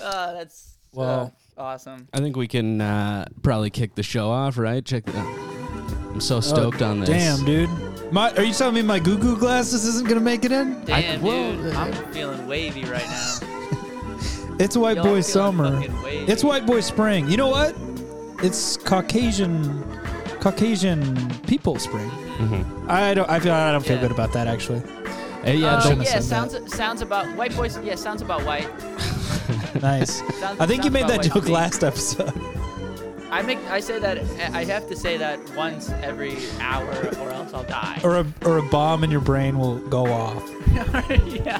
that's uh, Well- awesome. I think we can uh, probably kick the show off, right? Check. The, I'm so stoked on this. Oh, Damn, dude. My, are you telling me my goo goo glasses isn't gonna make it in? Damn, well, dude, uh, I'm feeling wavy right now. It's white Y'all boy feeling summer. fucking wavy. It's white boy spring. You know what? It's Caucasian, Caucasian people spring. Mm-hmm. I don't. I feel. I don't feel Yeah. good about that actually. Hey, yeah, Uh, don't- shouldn't have yeah, said that. sounds sounds about white boys. Yeah, sounds about white. Nice. Sounds, I think you sounds made about that white to joke me. last episode. I make I say that I have to say that once every hour, or else I'll die. Or a or a bomb in your brain will go off. yeah.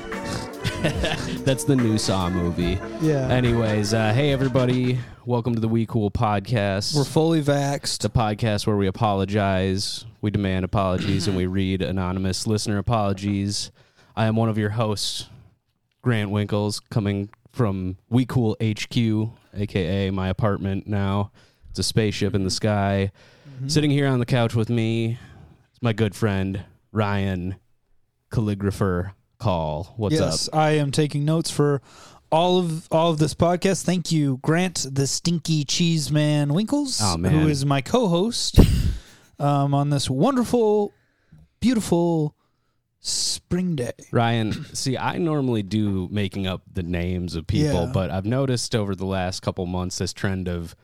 that's the new Saw movie. Yeah. Anyways, uh, hey everybody, welcome to the We Cool Podcast. We're fully It's a vaxxed. podcast where we apologize, we demand apologies, and we read anonymous listener apologies. I am one of your hosts, Grant Winkles, coming from We Cool HQ, aka my apartment now. It's a spaceship in the sky. Sitting here on the couch with me is my good friend, Ryan, calligrapher call. What's yes, up? I am taking notes for all of all of this podcast. Thank you, Grant, the stinky cheese man Winkles, Oh, man. who is my co-host um, on this wonderful, beautiful spring day. Ryan, see, I normally do making up the names of people, Yeah. but I've noticed over the last couple months this trend of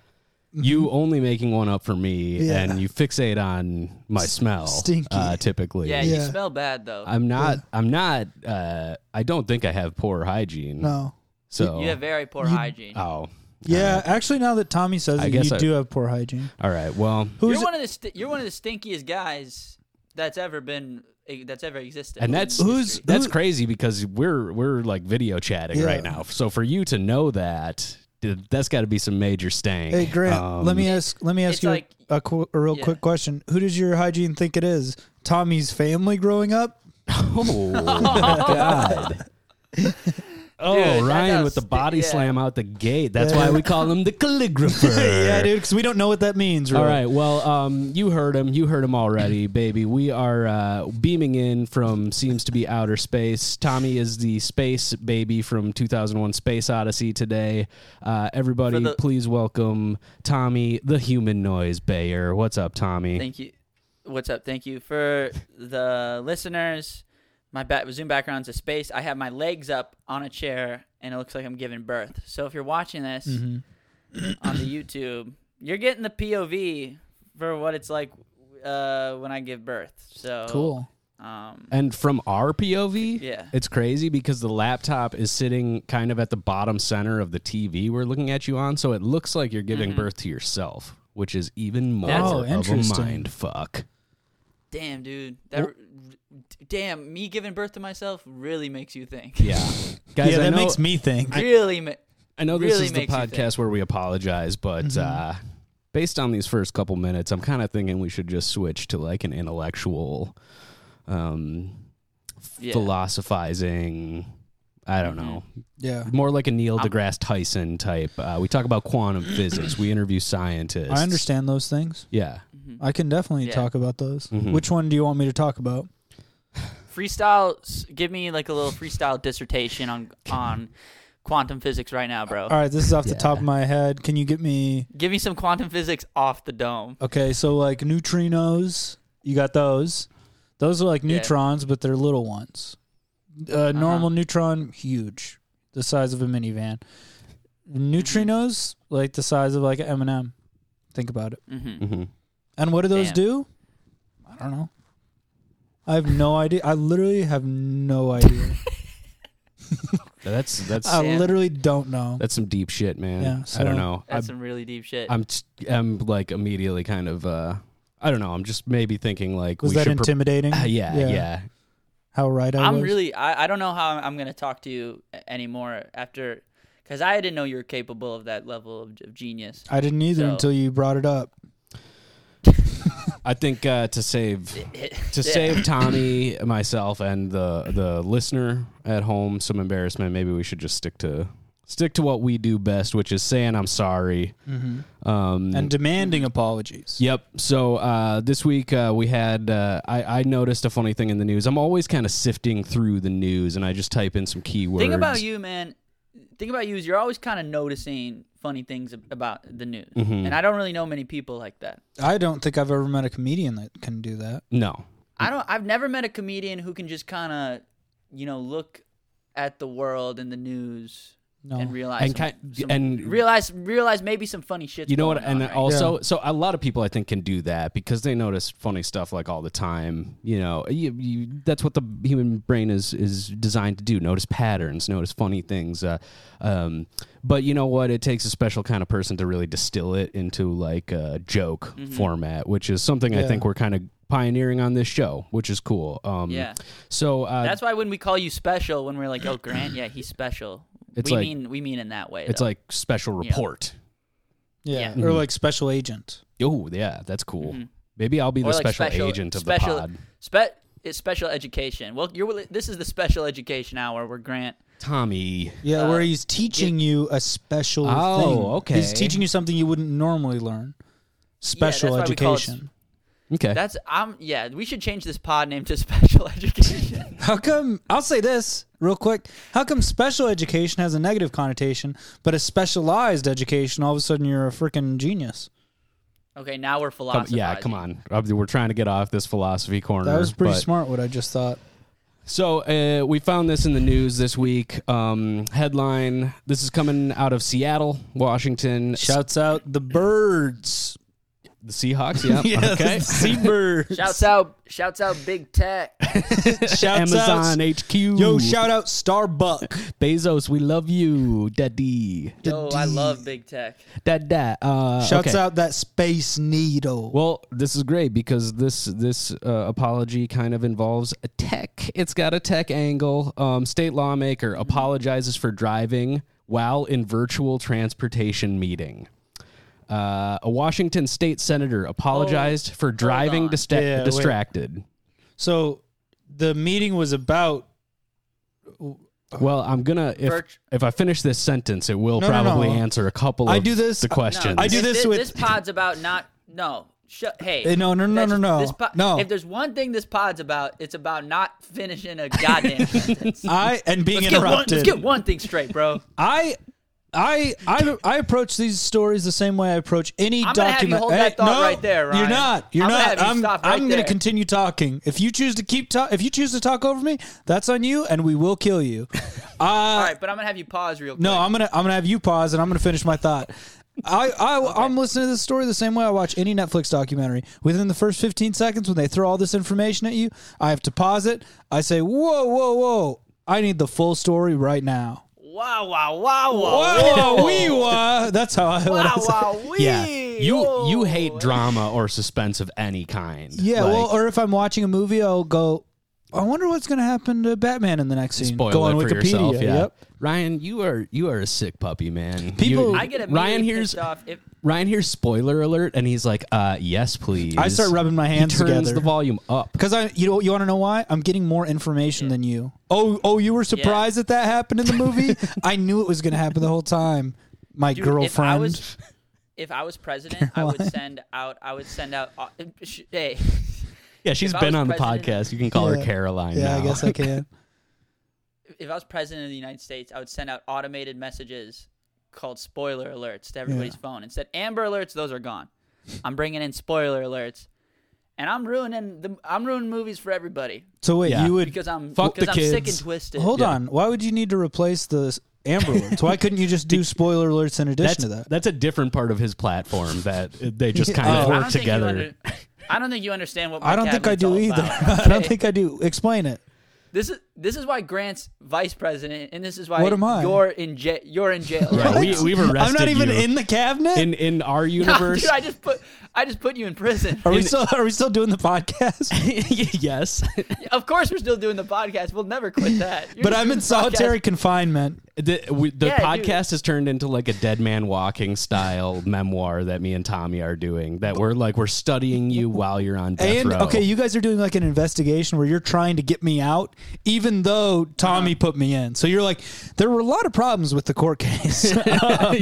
you only making one up for me Mm-hmm. Yeah. and you fixate on my smell stinky. Uh, typically. yeah, you Yeah. smell bad though. I'm not I'm not uh I don't think I have poor hygiene. No, So you have very poor hygiene. uh, Oh. yeah, actually, now that Tommy says I it, guess you I- do have poor hygiene. All right. Well, you're Who's one of the st- you're one of the stinkiest guys that's ever been that's ever existed. and that's Who's- that's who- crazy because we're we're like video chatting Yeah. right now. So for you to know that, dude, that's got to be some major stank. Hey Grant, let Um, me ask. Let me ask it's you a- like- a, qu- a real yeah. quick question. Who does your hygiene think it is? Tommy's family growing up? Oh God! Oh, Dude, that Ryan does with the sti- body yeah. slam out the gate. That's why we call him the calligrapher. yeah, dude, because we don't know what that means. All really. right. Well, um, you heard him. You heard him already, baby. We are uh, beaming in from seems to be outer space. Tommy is the space baby from 2001: Space Odyssey today. Uh, everybody, For the- please welcome Tommy, the human noise Bayer. What's up, Tommy? Thank you. What's up? Thank you for the listeners. My ba- Zoom background's a space. I have my legs up on a chair, and it looks like I'm giving birth. So if you're watching this Mm-hmm. Mm-hmm. on the YouTube, you're getting the POV for what it's like uh, when I give birth. So Cool. Um, And from our POV, Yeah. it's crazy because the laptop is sitting kind of at the bottom center of the TV we're looking at you on, so it looks like you're giving birth to yourself, which is even more That's- Oh, of a interesting. mind fuck. damn, dude. That, damn, me giving birth to myself really makes you think. Yeah, guys, yeah, I that know, makes me think. really. Ma- I know this really is the makes you think. podcast where we apologize, but uh, based on these first couple minutes, I'm kind of thinking we should just switch to like an intellectual, um, Yeah. philosophizing. I don't know. yeah, more like a Neil deGrasse Tyson type. Uh, we talk about quantum physics. We interview scientists. I understand those things. Yeah. mm-hmm. I can definitely Yeah. talk about those. Mhm. Which one do you want me to talk about? freestyle s- give me like a little freestyle dissertation on on quantum physics right now Uh, bro All right, this is off Yeah. the top of my head. Can you get me? give me some quantum physics off the dome Okay, so like neutrinos, you got those. Those are like Yeah. Uh-huh. neutrons, but they're little ones. Uh, Normal neutron, huge, the size of a minivan. Neutrinos, like the size of like an M and M. Think about it. hmm hmm And what do those Damn. do? I don't know. I have no idea. I literally have no idea. That's that's I Sam. literally don't know. that's some deep shit, man. Uh, Yeah, I so- don't know. that's I'm some really deep shit I'm, t- I'm like immediately kind of uh, I don't know. I'm just maybe thinking like Was we that should. pro- intimidating? Uh, yeah, yeah, How right I i'm was. really I, I don't know how i'm gonna talk to you a- anymore after because i didn't know you were capable of that level of, of genius I didn't either So- until you brought it up. I think uh, to save to save Tommy, myself, and the the listener at home some embarrassment, maybe we should just stick to stick to what we do best, which is saying I'm sorry. Mm-hmm. Um, And demanding apologies. Yep. So uh, this week uh, we had uh, I, I noticed a funny thing in the news. I'm always kind of sifting through the news, and I just type in some keywords. thing about you man thing about you is you're always kind of noticing funny things ab- about the news, Mhm. and I don't really know many people like that. I don't think I've ever met a comedian that can do that. No. I don't. I've never met a comedian who can just kind of, you know, look at the world and the news No. and realize And some- ki- some- and- realize realize maybe some funny shit. You know what? And right? also, so a lot of people I think can do that because they notice funny stuff like all the time. You know, you, you, that's what the human brain is is designed to do: notice patterns, notice funny things. Uh, um, but you know what? It takes a special kind of person to really distill it into like a joke Mm-hmm. format, which is something I Yeah. think we're kind of pioneering on this show, which is cool. Um, Yeah. So uh, that's why when we call you special, when we're like, "Oh, Grant, yeah, he's special," It's we like- mean we mean in that way. it's though. like special Yeah. report. yeah. Yeah. Mm-hmm. Or like special agent. Oh yeah, that's cool. Mhm. Maybe I'll be Or the like special, special- agent of special- the pod. Spe- it's special education. Well, you're this is the special education hour where Grant. Tommy. Yeah, Uh, where he's teaching you a special Oh, thing. okay. He's teaching you something you wouldn't normally learn. Special that's why we call it s- education. Okay. That's I'm yeah. We should change this pod name to special education. How come I'll say this real quick. How come special education has a negative connotation, but a specialized education all of a sudden you're a freaking genius? okay, now we're Come- philosophizing. yeah, come on. Uh, We're trying to get off this philosophy corner. That was pretty but- smart what I just thought. So uh, we found this in the news this week. Um, headline: This is coming out of Seattle, Washington. Shouts out the birds. the Seahawks. Yeah. okay. Seabirds. Shouts out! Shouts out! Big tech. Shouts Amazon out. HQ. Yo, shout out Starbuck. Bezos. We love you, Daddy. Yo, I love big tech. Dad, dad. Uh, Shouts okay. out that space needle. Well, this is great because this this uh, apology kind of involves a tech. It's got a tech angle. Um, state Mm-hmm. lawmaker apologizes for driving while in virtual transportation meeting. Uh, a Washington state senator apologized for driving on. dista- Oh, Yeah, wait. distracted. so the meeting was about Well, I'm gonna if Virt- if I finish this sentence, it will Oh. No, no, probably no. answer a couple. I of do this- the I- questions. I do If this thi- with- this pod's about not no. Sh- hey, Hey, no, no, no, that's- no, no, this po- no. If there's one thing this pod's about, it's about not finishing a goddamn sentence. I and being Let's get, one, interrupted. Uh, let's get one thing straight, bro. I I I I approach these stories the same way I approach any I'm gonna have you document. hold that thought right there, Ryan. You're not. You're I'm gonna not. have you I'm, stop right I'm gonna there. continue talking. If you choose to keep talk, if you choose to talk over me, that's on you, and we will kill you. Uh, All right, but I'm gonna have you pause real quick. No, I'm gonna I'm gonna have you pause, and I'm gonna finish my thought. I, I I'm listening to this story the same way I watch any Netflix documentary. Within the first 15 seconds, when they throw all this information at you, I have to pause it. I say, "Whoa, whoa, whoa! I need the full story right now." Wow, wow, wow, wow, Whoa, wee, wah. That's how I. what I wow, say. wow, wee. yeah, you you Oh. hate drama or suspense of any kind. Yeah, Like- well, or if I'm watching a movie, I'll go. I wonder what's going to happen to Batman in the next scene. spoil go it on for Wikipedia. yourself. Yeah, Yep. Ryan, you are you are a sick puppy, man. People- You- I get immediately Ryan here's pissed off if Ryan here's spoiler alert, and he's like, uh, "Yes, please." I start rubbing my He hands turns together. the volume up. Because I, you know, you want to know why? I'm getting more information than you. Oh, oh, you were surprised that that happened in the movie? I knew it was going to happen the whole time. My Dude, girlfriend. If I was, if I was president, I would send out. I would send out. uh, sh- Hey, Yeah, she's If I been was on the president- podcast. You can call Yeah. her Caroline. yeah, now. I guess I can. if I was president of the United States, I would send out automated messages called spoiler alerts to everybody's Yeah. phone. Instead, Amber alerts, those are gone. I'm bringing in spoiler alerts, and I'm ruining the. I'm ruining movies for everybody So wait, Yeah. you would because I'm Fuck because the I'm sick and kids. twisted. hold Yeah. on. Why would you need to replace the Amber alerts? Why couldn't you just do spoiler alerts in addition That's to that? that's a different part of his platform that uh, they just kind Oh. of I work don't think you together. under- I don't think you understand what I don't think I do vocabulary's all either. about, I don't okay? think I do. Explain it. This is this is why Grant's vice president, and this is why What am I? you're in jail. You're in jail. Yeah, we, What? we've arrested I'm not even you. in the cabinet. in in our No, universe. dude, I just put I just put you in prison. are we still? Are we still doing the podcast? yes, of course, we're still doing the podcast. We'll never quit that. You're but just I'm doing in the solitary podcast. confinement. the, we, the Yeah, dude. podcast has turned into like a dead man walking style memoir that me and Tommy are doing. That we're like we're studying you while you're on death And row. okay, you guys are doing like an investigation where you're trying to get me out, even though Tommy put me in. So you're like, there were a lot of problems with the court case. Um,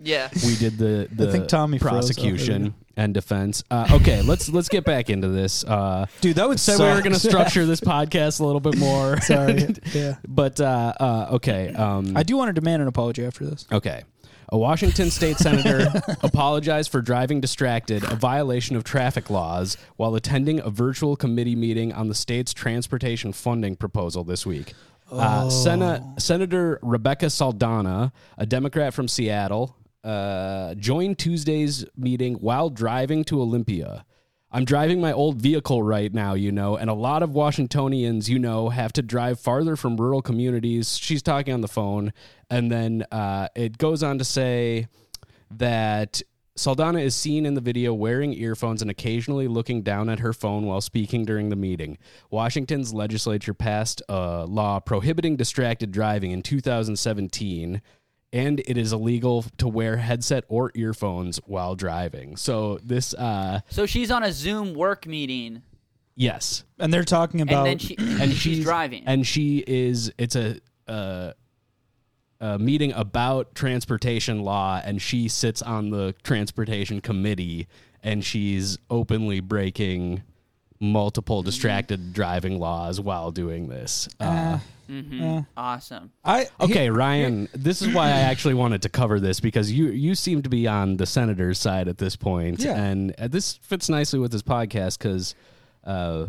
Yeah, we did the, the think Tommy froze up prosecution, and defense. Uh, okay, let's let's get back into this. Uh, Dude, that would said suck. we were going to structure this podcast a little bit more. Sorry. Yeah. but uh, uh, okay. Um, I do want to demand an apology after this. Okay. A Washington state senator apologized for driving distracted, a violation of traffic laws, while attending a virtual committee meeting on the state's transportation funding proposal this week. Uh, Sena- senator Rebecca Saldana, a Democrat from Seattle, uh, joined Tuesday's meeting while driving to Olympia. I'm driving my old vehicle right now, you know, and a lot of Washingtonians, you know, have to drive farther from rural communities. She's talking on the phone. And then uh, it goes on to say that Saldana is seen in the video wearing earphones and occasionally looking down at her phone while speaking during the meeting. Washington's legislature passed a law prohibiting distracted driving in 2017, and it is illegal to wear headset or earphones while driving. So this, uh, So she's on a Zoom work meeting, yes, And they're talking and about then she and she's, driving. and she is. It's a. Uh, a meeting about transportation law, and she sits on the transportation committee, and she's openly breaking multiple Mm-hmm. distracted driving laws while doing this. Uh-huh. Uh, awesome. I okay, Ryan, this is why I actually wanted to cover this because you you seem to be on the senator's side at this point, Yeah. and uh, this fits nicely with this podcast because. Uh,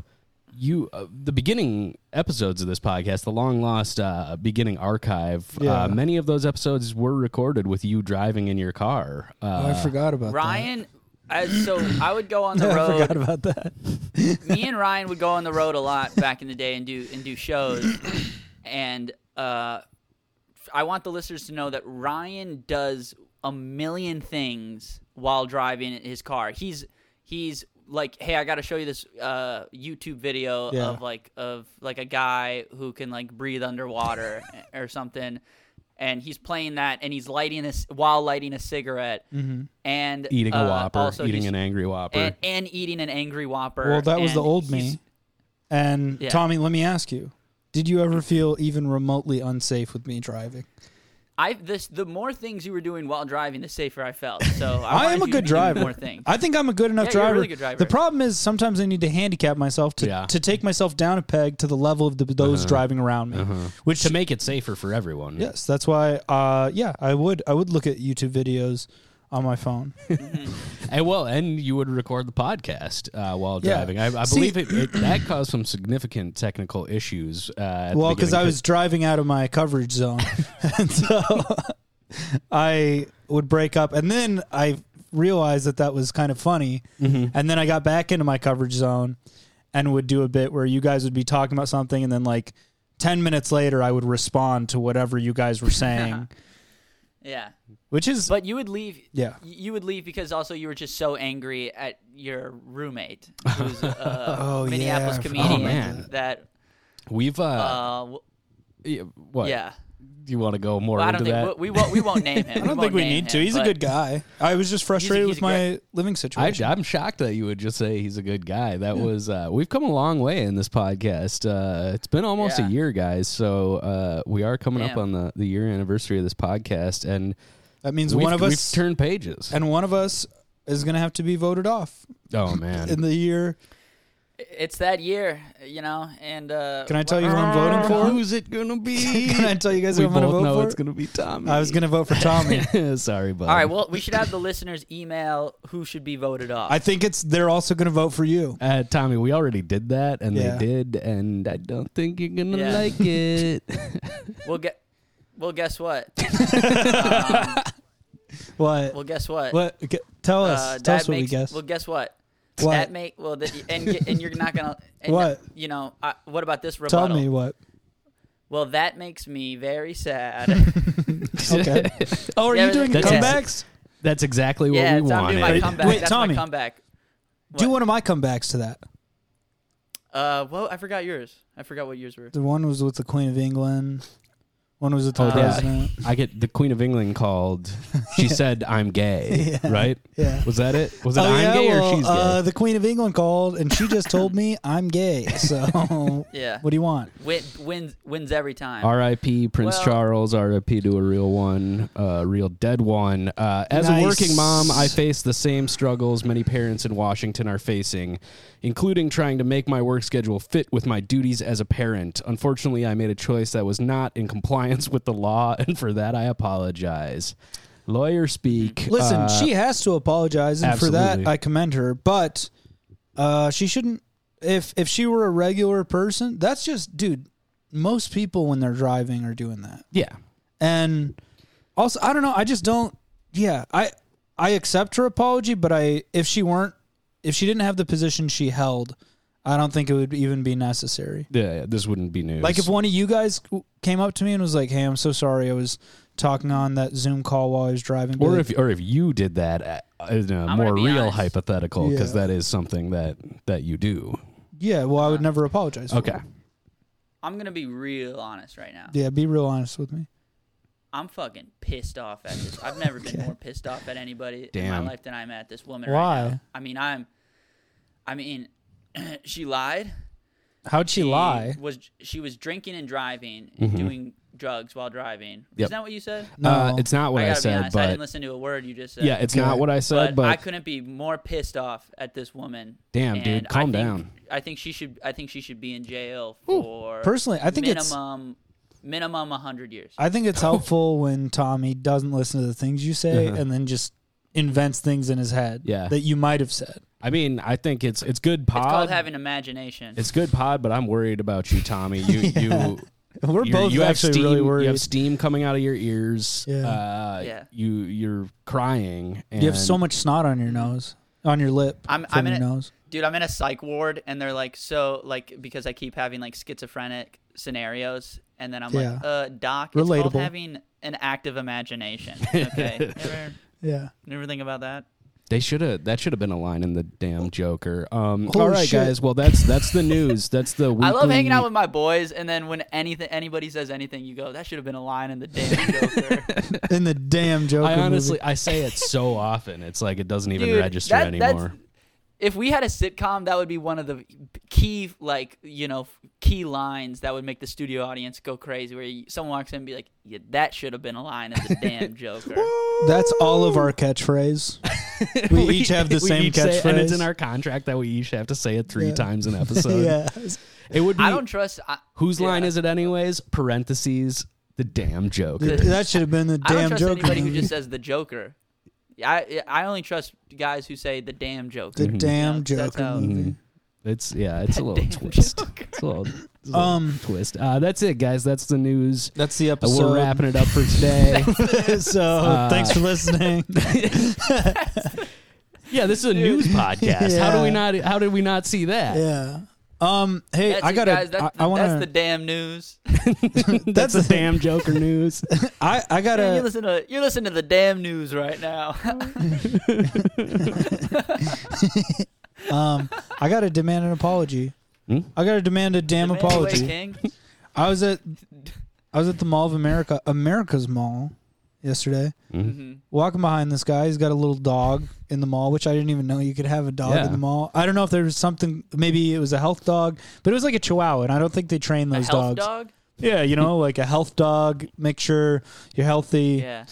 you uh, the beginning episodes of this podcast, the long lost uh, beginning archive. Yeah. Uh, many of those episodes were recorded with you driving in your car. Uh, I forgot about Ryan, as, so I would go on the that. I forgot road. about that. Me and Ryan would go on the road a lot back in the day and do and do shows. And uh, I want the listeners to know that Ryan does a million things while driving his car. He's he's like, hey, I got to show you this uh, YouTube video Yeah. of like of like a guy who can like breathe underwater or something. And he's playing that, and he's lighting this while lighting a cigarette, and Mm-hmm. eating uh, a Whopper, also eating he's- an angry Whopper. and, and eating an angry Whopper. Well, that was the and old he's- me. And Yeah. Tommy, let me ask you: Did you ever feel even remotely unsafe with me driving? I this the more things you were doing while driving, the safer I felt. So I, I wanted am you a to good do driver. More things. I think I'm a good Yeah, enough you're a driver. really good driver. The problem is sometimes I need to handicap myself to, Yeah. Uh-huh. to take myself down a peg to the level of the, those driving around me. Which to make it safer for everyone. yes, that's why. Uh, yeah, I would I would look at YouTube videos on my phone. And well, and you would record the podcast uh, while Yeah. driving. I, I See- believe it, it, that caused some significant technical issues. Uh, at the well, because I beginning. was driving out of my coverage zone, and so I would break up, and then I realized that that was kind of funny, Mm-hmm. and then I got back into my coverage zone, and would do a bit where you guys would be talking about something, and then like ten minutes later, I would respond to whatever you guys were saying, yeah, which is but you would leave. Yeah. y- you would leave because also you were just so angry at your roommate, who's a Oh, yeah, Minneapolis I forgot comedian. about That We've uh, uh, w- yeah, what? yeah. Do you want to go more Well, I into don't that? think we, we won't. We won't name him. I don't think we need to. He's a good guy. I was just frustrated he's with a my great- living I, situation. I'm shocked that you would just say he's a good guy. That was uh, we've come a long way in this podcast. Uh, it's been almost Yeah. a year, guys. So uh, we are coming up Damn. on the, the year anniversary of this podcast, and that means we've- one of we've us, turned pages. and one of us is going to have to be voted off oh man, in the year. It's that year, you know. And uh, Can I tell you who I'm voting for? who's it gonna be? Can I tell you guys we who I'm going to both vote know for? it's gonna be Tommy. I was going to vote for Tommy. gonna. Sorry, bud. All right. Well, we should have the listeners email who should be voted off. I think it's they're also going to vote for you. Uh, Tommy, we already did that, and Yeah. they did, and I don't think you're gonna Yeah. like it. Well, get. Well, guess what? um, What? well, guess what? what? G- Tell us. Uh, tell us that what we makes- guess. Well, guess what? What? That make well, that, and y- and you're not gonna. And What? You know, I, what about this tell rebuttal? me what. Well, that makes me very sad. Okay. oh, are Yeah, you doing that's- comebacks? That's exactly what yeah, we it's- I'm doing wanted. my comeback. Wait, That's Tommy. my comeback. Do What? one of my comebacks to that. Uh, well, I forgot yours. I forgot what yours were. The one was with the Queen of England. When was it the Oh, yeah. president? I get the Queen of England called. She said, "I'm gay," right? Yeah. Was that it? Was it oh, I'm yeah, gay well, or she's gay? Uh, the Queen of England called, and she just told me I'm gay. So, Yeah. what do you want? Win, wins wins every Uh, time. R.I.P. Prince Well- Charles. R.I.P. to a real one, a real dead one. Uh, as Nice. a working mom, I face the same struggles many parents in Washington are facing, including trying to make my work schedule fit with my duties as a parent. Unfortunately, I made a choice that was not in compliance with the law, and for that, I apologize. Lawyer speak. Listen, uh, she has to apologize, and for that, absolutely. I commend her. But uh, she shouldn't. If if she were a regular person, that's just, dude. Most people when they're driving are doing that, yeah. and also I don't know. I just don't. Yeah, I I accept her apology, but I if she weren't if she didn't have the position she held, I don't think it would even be necessary. yeah, yeah, this wouldn't be news. Like if one of you guys came up to me and was like, "Hey, I'm so sorry, I was talking on that Zoom call while I was driving," or Like, if or if you did that uh, in a gonna more be real honest. hypothetical, because Yeah. that is something that that you do. yeah, well, I would never apologize. for Okay. it. I'm gonna be real honest right now. Yeah, be real honest with me. I'm fucking pissed off at this. I've never been more pissed off at anybody in Damn. my life than I'm at this woman Why? right now. I mean, I'm. I mean, she lied. How'd she, lie? Was she was drinking and driving, and doing drugs while driving? Mm-hmm. Yep. Is that what you said? No, Uh, it's not what I I, gotta be said, honest. I didn't but listen to a word you just said. yeah, it's Okay. not what I but, said, but, I couldn't be more pissed off at this woman. Damn, And dude, I calm think- down. I think she should. I think she should be in jail for personally, I think it's- minimum minimum hundred years. I think it's helpful when Tommy doesn't listen to the things you say and then just invents things in his head Uh-huh. Yeah. that you might have said. I mean, I think it's it's good pod. it's called having imagination. It's good pod, but I'm worried about you, Tommy. You you We're you're- both you have actually steam, really worried. You have steam coming out of your ears. Yeah. Uh, Yeah. You you're crying. And You have so much snot on your nose, on your lip, I'm- from I'm in your it. nose. dude i'm in a psych ward and they're like so like because i keep having like schizophrenic scenarios and then i'm like Yeah. uh doc it's called Relatable. having an active imagination okay ever, Yeah. ever think about that They should have. That should have been a line in the damn Joker. Um, Holy all right, shit. guys. Well, that's that's the news. That's the. i Weekly, love hanging out with my boys and then when anything anybody says anything you go that should have been a line in the damn joker In the damn Joker I movie. honestly, I say it so often. It's like it doesn't even Dude, register that- that's- anymore. if we had a sitcom that would be one of the key like you know key lines that would make the studio audience go crazy where you, someone walks in and be like yeah, that should have been a line in the damn joker That's all of our catchphrase. We, each have the we same each say- catchphrase. and it's in our contract that we each have to say it three Yeah. times an episode. yeah. It would be i don't trust I, whose yeah. line is it anyways? Parentheses, the damn Joker. The- That should have been the I don't damn trust Joker. anybody who movie. just says the Joker. Yeah, I I only trust guys who say the damn Joker. the Mm-hmm. damn Yeah, that's Joker how- movie. It's yeah, it's a little damn twist. It's a little, it's a little Um, twist. Uh, that's it, guys. That's the news. That's the Uh, episode. We're wrapping it up for today. so thanks for listening. yeah, this is a news podcast. How do we not? How did we not see that? yeah. Um. Hey, That's I it, gotta. guys. That's, I, I wanna. that's the damn news. That's the damn Joker news. I Man, you I gotta. listen to you listen to the damn news right now. Um. I gotta demand an apology. Hmm? I gotta demand a damn Demand away, apology. King. I was at. I was at the Mall of America, America's Mall, yesterday. Hmm? Mhm. Walking behind this guy, he's got a little dog in the mall, which I didn't even know you could have a dog Yeah. in the mall. I don't know if there was something. Maybe it was a health dog, but it was like a Chihuahua, and I don't think they train A those health dogs. dog. Yeah, you know, like a health dog. Make sure you're healthy. Yeah.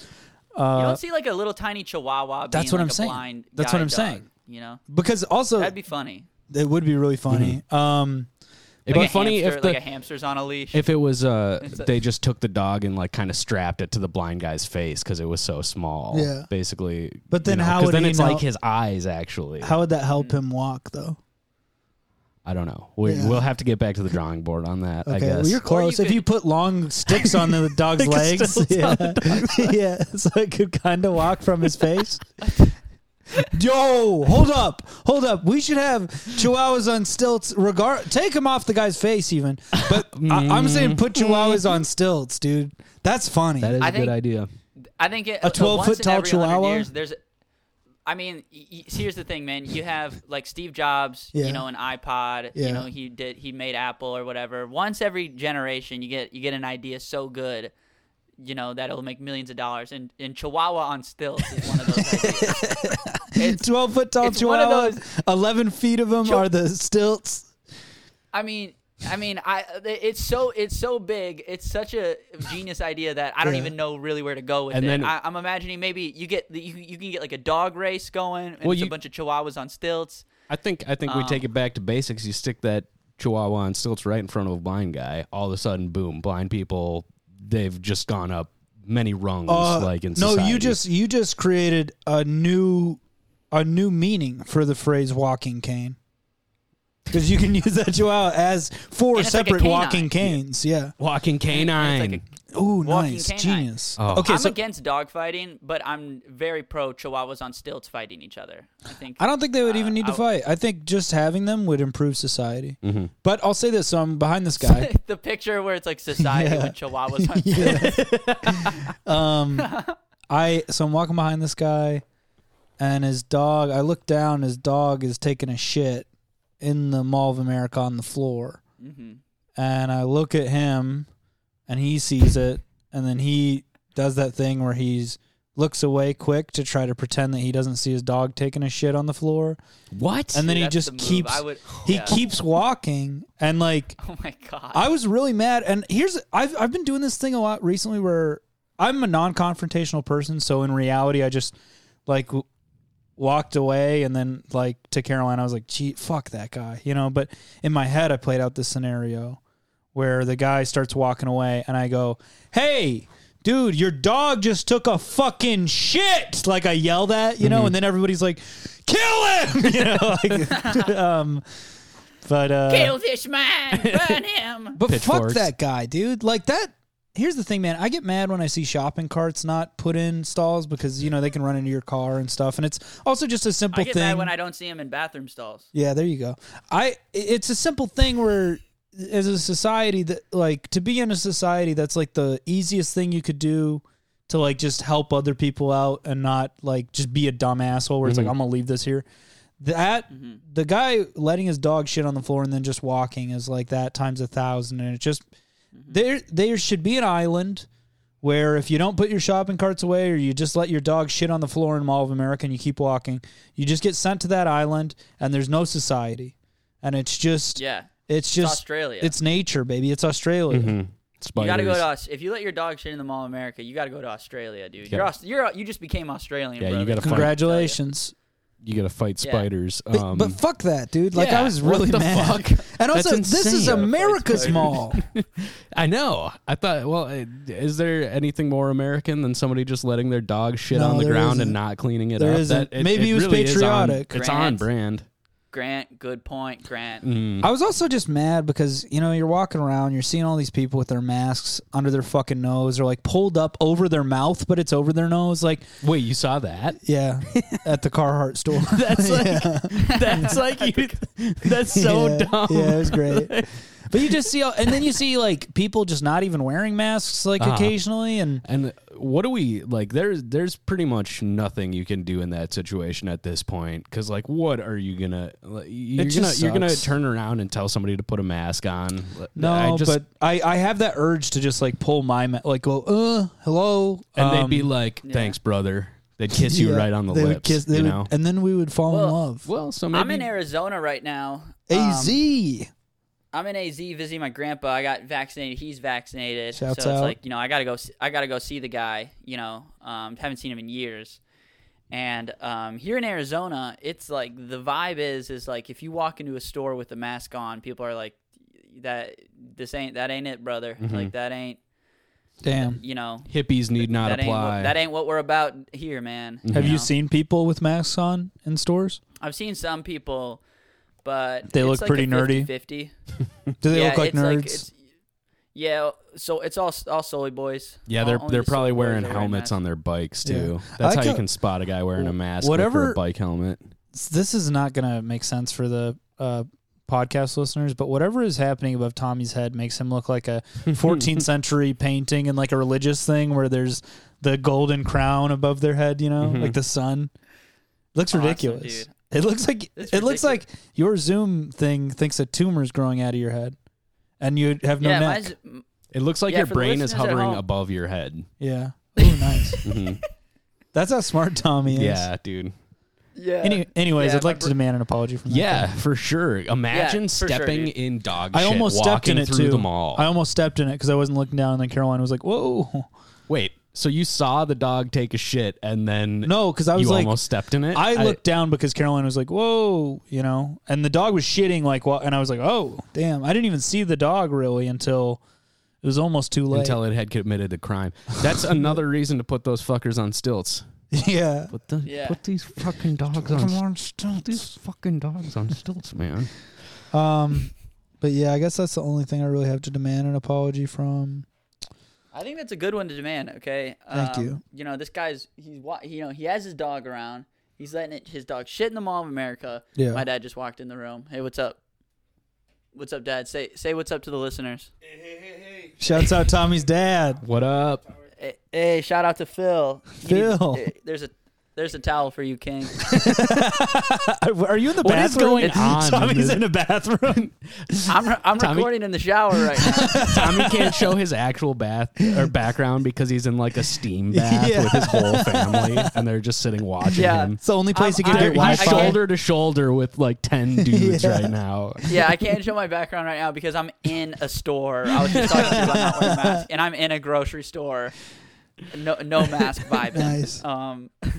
you Uh, don't see like a little tiny Chihuahua. being that's what like I'm a saying. Blind That's guide what I'm dog, saying. You know, because also that'd be funny. it would be really funny. Mm-hmm. Um, It'd Like be a funny hamster, if the like a hamster's on a leash. if it was uh It's a- they just took the dog and like kind of strapped it to the blind guy's face because it was so small. Yeah. basically. But then how 'cause would then he it's know- like his eyes actually. how would that help Mm-hmm. him walk though? I don't know. We, Yeah. We'll have to get back to the drawing board on that. I Okay, guess. well, you're Or you close. if could- you put long sticks on the dog's legs, yeah, yeah, so it could kind of walk from his face. Yo, hold up, hold up. We should have chihuahuas on stilts. Regard, take them off the guy's face, even. But I, Mm-hmm. I'm saying put Mm-hmm. chihuahuas on stilts, dude. That's funny. That is I a good think- idea. I think it, A uh, 12 once foot in tall every 100 chihuahua? Years, there's, I mean, y- y- here's the thing, man. You have like Steve Jobs, Yeah. you know, an iPod. Yeah. You know, he did he made Apple or whatever. Once every generation, you get you get an idea so good you know that'll make millions of dollars. And and Chihuahua on stilts is one of those. ideas. It's- 12 foot tall it's one of chihuahua. those- 11 feet of them Chil- are the stilts. I mean, I mean, I it's so it's so big. It's such a genius idea that I don't Yeah. even know really where to go with And it. then- I, I'm imagining maybe you get the, you, you can get like a dog race going, and Well, it's a you- bunch of Chihuahuas on stilts. I think I think we take Um, it back to basics. You stick that chihuahua on stilts right in front of a blind guy. All of a sudden, boom! Blind people they've just gone up many rungs. Uh, like in no, society. you just you just created a new a new meaning for the phrase walking cane. Because you can use that chihuahua as four And it's like a separate canine. walking canes. Yeah. walking canine. And it's Ooh, Walking nice. canine. Genius. Oh. Okay, I'm so against dog fighting, but I'm very pro Chihuahuas on stilts fighting each other. I think. I don't think they would even Uh, need to I- fight. I think just having them would improve society. Mm-hmm. But I'll say this: so I'm behind this guy. the picture where it's like society Yeah. with chihuahuas on um, I so I'm walking behind this guy, and his dog. I look down. His dog is taking a shit in the Mall of America on the floor, Mm-hmm. and I look at him, and he sees it, and then he does that thing where he's looks away quick to try to pretend that he doesn't see his dog taking a shit on the floor, what? and then Dude, he that's the just move. keeps I would- he yeah. keeps walking, and like Oh my god! I uh, was really mad, and here's I've I've been doing this thing a lot recently where I'm a non-confrontational person, so in reality, I just like w- walked away, and then like to Caroline, I was like, "Gee, fuck that guy," you know. But in my head, I played out this scenario where the guy starts walking away, and I go, "Hey." Dude, your dog just took a fucking shit. Like I yell that, you know, and then everybody's like, "Kill him!" You know, like, um, but uh, Kill this man, burn him. but fuck pitchforks. that guy, dude. Like that. Here's the thing, man. I get mad when I see shopping carts not put in stalls because you know they can run into your car and stuff. And it's also just a simple I get thing. mad when I don't see him in bathroom stalls. yeah, there you go. I. It's a simple thing where, as a society, that like to be in a society that's like the easiest thing you could do to like just help other people out and not like just be a dumb asshole where it's like I'm gonna leave this here. That Mm-hmm. the guy letting his dog shit on the floor and then just walking is like that times a thousand, and it just Mm-hmm. there there should be an island where if you don't put your shopping carts away or you just let your dog shit on the floor in Mall of America and you keep walking, you just get sent to that island and there's no society, and it's just Yeah, it's just Australia. it's nature, baby. It's Australia. Mm-hmm. Spiders. you gotta go to Aus- if you let your dog shit in the Mall of America, you gotta go to Australia, dude. You're Aus- you're you just became Australian. Yeah, bro. you gotta That's what I'm telling Congratulations. you gotta fight Yeah. spiders. But, Um, but fuck that, dude. Like I yeah, was what really the mad. fuck? And That's also, this is insane. America's mall. I know. I thought. Well, uh, is there anything more American than somebody just letting their dog shit No, on the there ground isn't. and not cleaning it There up? isn't. That- it- Maybe it he was really is on- patriotic. it's on Grant. brand. you. Grant, good point, Grant. Mm. I was also just mad because you know you're walking around, you're seeing all these people with their masks under their fucking nose, or like pulled up over their mouth, but it's over their nose. Like, Wait, you saw that? yeah, at the Carhartt store. That's like that's like you, that's so yeah, dumb. Yeah, it was great. but you just see, all, and then you see like people just not even wearing masks, like Uh-huh. occasionally, and And what do we like? There's there's pretty much nothing you can do in that situation at this point because like what are you gonna like, you're just gonna you're gonna sucks. turn around and tell somebody to put a mask on? no, I just, but I I have that urge to just like pull my ma- like go uh hello, and Um, they'd be like, thanks, brother. They'd kiss you yeah, right on the they lips. would kiss, they you would- know. and then we would fall in Well, love. well, so maybe I'm in Arizona right now. Az. Um, I'm in AZ visiting my grandpa. I got vaccinated. He's vaccinated. Shouts so it's out. like you know, I gotta go. See, I gotta go see the guy. You know, um, haven't seen him in years. And um, here in Arizona, it's like the vibe is is like if you walk into a store with a mask on, people are like, that this ain't that ain't it, brother. Like that ain't Damn. you know hippies need not that ain't apply. Mm-hmm. what, that ain't what we're about here, man. Have you know? seen people with masks on in stores? I've seen some people, but They it's look like pretty a nerdy. 50 Do they yeah, look like it's nerds? it's, yeah, so it's all all soy boys. yeah, All- they're only they're the soy probably boys wearing are helmets masks. on their bikes too. Yeah. That's I how you ca- can spot a guy wearing a mask Whatever- or a bike helmet. this is not going to make sense for the uh, podcast listeners, but whatever is happening above Tommy's head makes him look like a 14th century painting and like a religious thing where there's the golden crown above their head, you know, like the sun. Looks Awesome, ridiculous. dude. It looks like That's it ridiculous. looks like your Zoom thing thinks a tumor's growing out of your head and you have no yeah, neck. mine's- m- It looks like Yeah, your for the brain is listeners at hovering home- above your head. Yeah. Ooh, nice. Mhm. That's how smart Tommy is. yeah, dude. Yeah. Any, anyways, Yeah, I'd my like to br- demand an apology from that Yeah, guy. for sure. Imagine for sure, stepping dude. in dog I shit, almost stepped in walking it through too. the mall. I almost stepped in it because I wasn't looking down, and then Caroline was like, "Whoa!" Wait, so you saw the dog take a shit and then No, because I was you like, almost stepped in it? I looked down because Caroline was like, "Whoa," you know, and the dog was shitting like, "What?" And I was like, "Oh, damn!" I didn't even see the dog really until it was almost too late. until it had committed a crime. That's another reason to put those fuckers on stilts. yeah, Put, the, Yeah. put these fucking dogs on stilts. These fucking dogs on stilts, man. Um, but yeah, I guess that's the only thing I really have to demand an apology from. I think that's a good one to demand. Okay. Um, Thank you. You know, this guy's he's wa- you know he has his dog around. He's letting it, his dog shit in the mall of America. Yeah. My dad just walked in the room. Hey, what's up? What's up, Dad? Say say what's up to the listeners. Shouts out Tommy's dad. What up? Hey, hey, shout out to Phil. He needs- Phil. eh, there's a there's a towel for you, King. Are you in the What is bathroom? going on? Tommy's This- in a bathroom. I'm re- I'm Tommy- recording in the shower right now. Tommy can't show his actual bath or background because he's in like a steam bath Yeah. with his whole family, and they're just sitting watching Yeah. him. It's the only place I'm- you can Um, I- I- get He's Wi can't- Fi. shoulder to shoulder with like ten dudes Yeah. right now. yeah, I can't show my background right now because I'm in a store. I was just talking to you about not wearing a mask, and I'm in a grocery store. No no mask vibing. Nice. Um,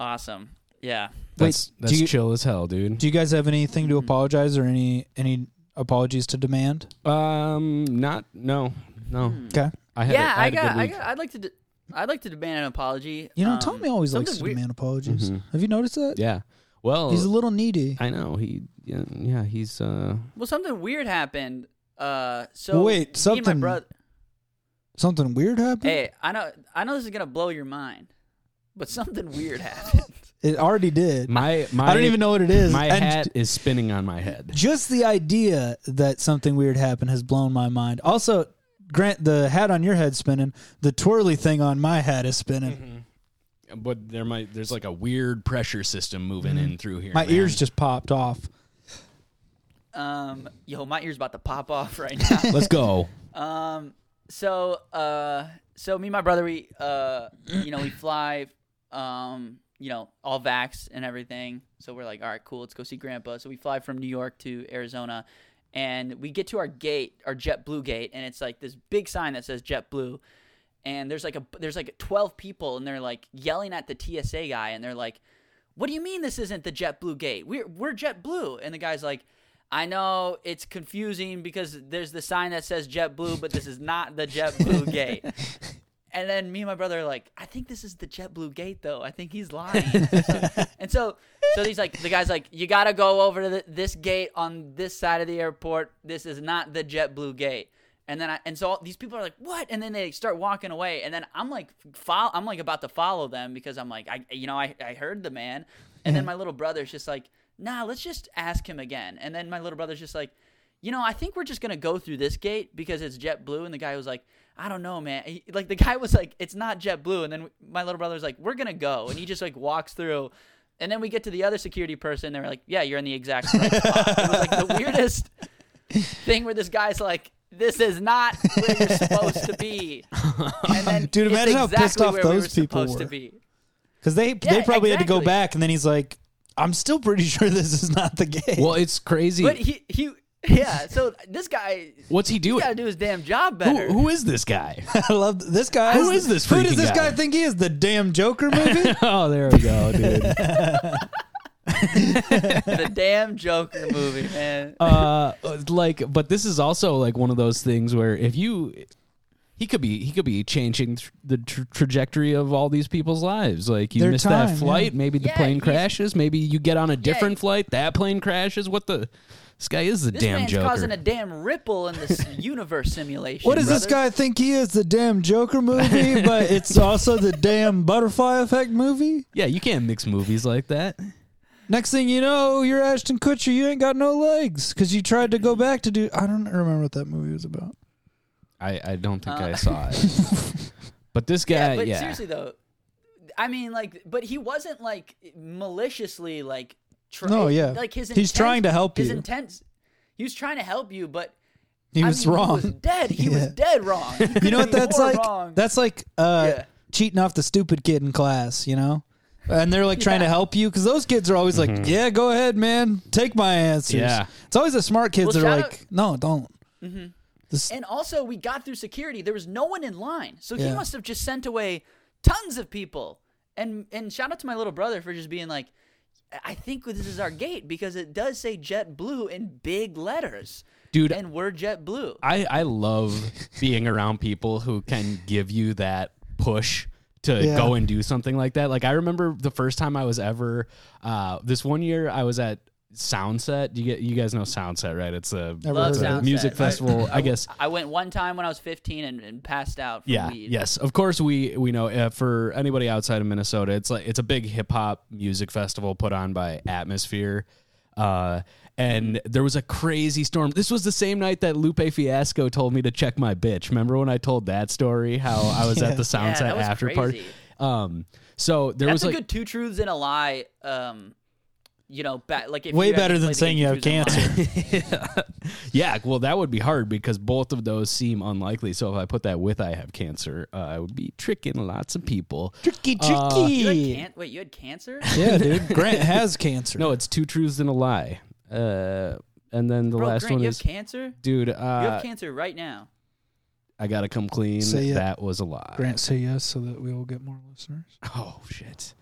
awesome. Yeah. That's do that's you- chill as hell, dude. Do you guys have anything Hmm. to apologize or any any apologies to demand? Um, not no, no. Okay. Oh, I had Hmm. yeah, a, I, I, had a got, good I week. got. I'd like to. De- I'd like to demand an apology. You know, Um, Tommy always likes something to weird- demand apologies. Mhm. Have you noticed that? Yeah. Well, He's a little needy. I know he. Yeah, yeah, he's uh. Well, something weird happened. Uh, so Wait, me and my something- brother. Something weird happened. Hey, I know. I know this is gonna blow your mind, but something weird happened. It already did. My my. I don't even know what it is. My And hat is spinning on my head. just the idea that something weird happened has blown my mind. Also, Grant, the hat on your head spinning, the twirly thing on my hat is spinning. Mm-hmm. But there might there's like a weird pressure system moving Mm-hmm. in through here. My man. ears just popped off. um, yo, my ear's about to pop off right now. Let's go. Um. So, uh, so me and my brother, we, uh, you know, we fly, um, you know, all vax and everything. So we're like, all right, cool, let's go see Grandpa. So we fly from New York to Arizona, and we get to our gate, our JetBlue gate, and it's like this big sign that says JetBlue, and there's like a there's like 12 people, and they're like yelling at the TSA guy, and they're like, what do you mean this isn't the JetBlue gate? We're we're JetBlue, and the guy's like. I know it's confusing because there's the sign that says JetBlue, but this is not the JetBlue gate. And then me and my brother are like, I think this is the JetBlue gate, though. I think he's lying. and so, so he's like, the guy's like, you gotta go over to th this gate on this side of the airport. This is not the JetBlue gate. And then I, and so all, these people are like, what? And then they start walking away. And then I'm like, follow, I'm like about to follow them because I'm like, I, you know, I, I heard the man. And then my little brother's just like, nah, let's just ask him again. And then my little brother's just like, you know, I think we're just gonna go through this gate because it's JetBlue. And the guy was like, I don't know, man. He, like the guy was like, it's not JetBlue. And then my little brother's like, we're gonna go. And he just like walks through. And then we get to the other security person. They're like, yeah, you're in the exact right spot. It was like the weirdest thing where this guy's like, this is not where you're supposed to be. And then Dude, it's imagine how exactly pissed off where those we were people supposed were. to be. Because they, they probably had to go exactly. back, and then he's like, I'm still pretty sure this is not the game. Well, it's crazy. But he he yeah. So this guy, What's he he doing? gotta do his damn job Who, better. who is this guy? I love th- this guy. Who is this Who does freaking this guy? guy? think he is? The damn Joker movie? oh, there we go, dude. the damn Joker movie, man. uh, like, but this is also like one of those things where if you, he could be he could be changing tr- the tr- trajectory of all these people's lives. Like you Their miss time, that flight, maybe the Yeah, plane he's- crashes, maybe you get on a different he- flight, that plane crashes. What the? This guy is the This damn man's joker. causing a damn ripple in this universe simulation. What does this brother. guy think he is? The damn Joker movie, but it's also the damn Butterfly Effect movie? yeah, you can't mix movies like that. Next thing you know, you're Ashton Kutcher. You ain't got no legs because you tried to go back to do. I don't remember what that movie was about. I I don't think I Uh. saw it. But this Yeah, guy, yeah, but seriously though, I mean, like, but he wasn't like maliciously like. Try- No, yeah. like his. He's trying to help his you. His intent. He was trying to help you, but He I was mean, wrong. He was dead. He Yeah. was dead wrong. you know what that's More like? wrong. That's like uh, Yeah. cheating off the stupid kid in class, you know? And they're like trying to Yeah. help you because those kids are always like, "Yeah, go ahead, man, take my answers." Mm-hmm. Yeah. it's always the smart kids Well, that are shout like, "No, don't." This- And also, we got through security. There was no one in line, so he Yeah. must have just sent away tons of people. And and shout out to my little brother for just being like, I think this is our gate because it does say Jet Blue in big letters, Dude, and we're Jet Blue. I, I love being around people who can give you that push to Yeah. go and do something like that. Like I remember the first time I was ever uh, this one year I was at Soundset. You get you guys know Soundset, right? It's a, Never Love it's a Soundset. music I- festival, I guess. I went one time when I was 15 and, and passed out. From Yeah. weed. Yes. Of course, we we know uh, for anybody outside of Minnesota, it's like it's a big hip hop music festival put on by Atmosphere. Uh, and Mm-hmm. there was a crazy storm. This was the same night that Lupe Fiasco told me to check my bitch. Remember when I told that story? How I was at the Yeah, Soundset that was after crazy. party. Um, so there That's was a like good two truths and a lie. Um, you know, ba- like if Way you actually better play than the saying game you Two have Truths and a Lie. cancer. Yeah, well, that would be hard because both of those seem unlikely. So if I put that with I have cancer, uh, I would be tricking lots of people. tricky, You had tricky. can- wait, you had cancer? yeah, dude. Grant has cancer. No, it's two truths and a lie. Uh, and then the Bro, last Grant, one you is, have cancer. dude, You uh, have cancer right now. I gotta come clean. Say it. That was a lie. Grant, say yes so that we will get more listeners. Oh shit!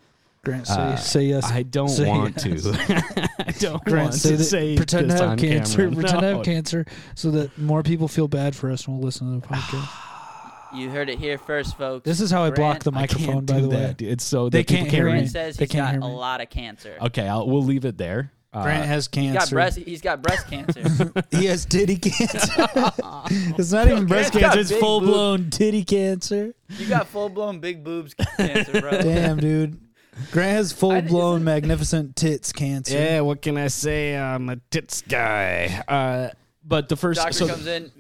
Grant, say, Uh, say yes. I don't Say want yes. to. I don't Grant, want say to that, say pretend to this have on cancer. camera. Pretend to No. have cancer so that more people feel bad for us and will listen to the podcast. You heard it here first, folks. this is how I block Grant, the I microphone. can't By do the that, way, dude. it's so They that people can't hear read. Grant me. says They he's can't got hear a me. lot of cancer. Okay, I'll, we'll leave it there. Uh, Grant has He's got cancer. breast. He's got breast cancer. He has titty cancer. it's not even Grant's breast got cancer. It's big full blown titty cancer. you got full blown big boobs cancer, bro. Damn, dude. Grant has full full-blown blown magnificent tits cancer. Yeah, what can I say? I'm a tits guy. Uh, but the first, Doctor so comes in.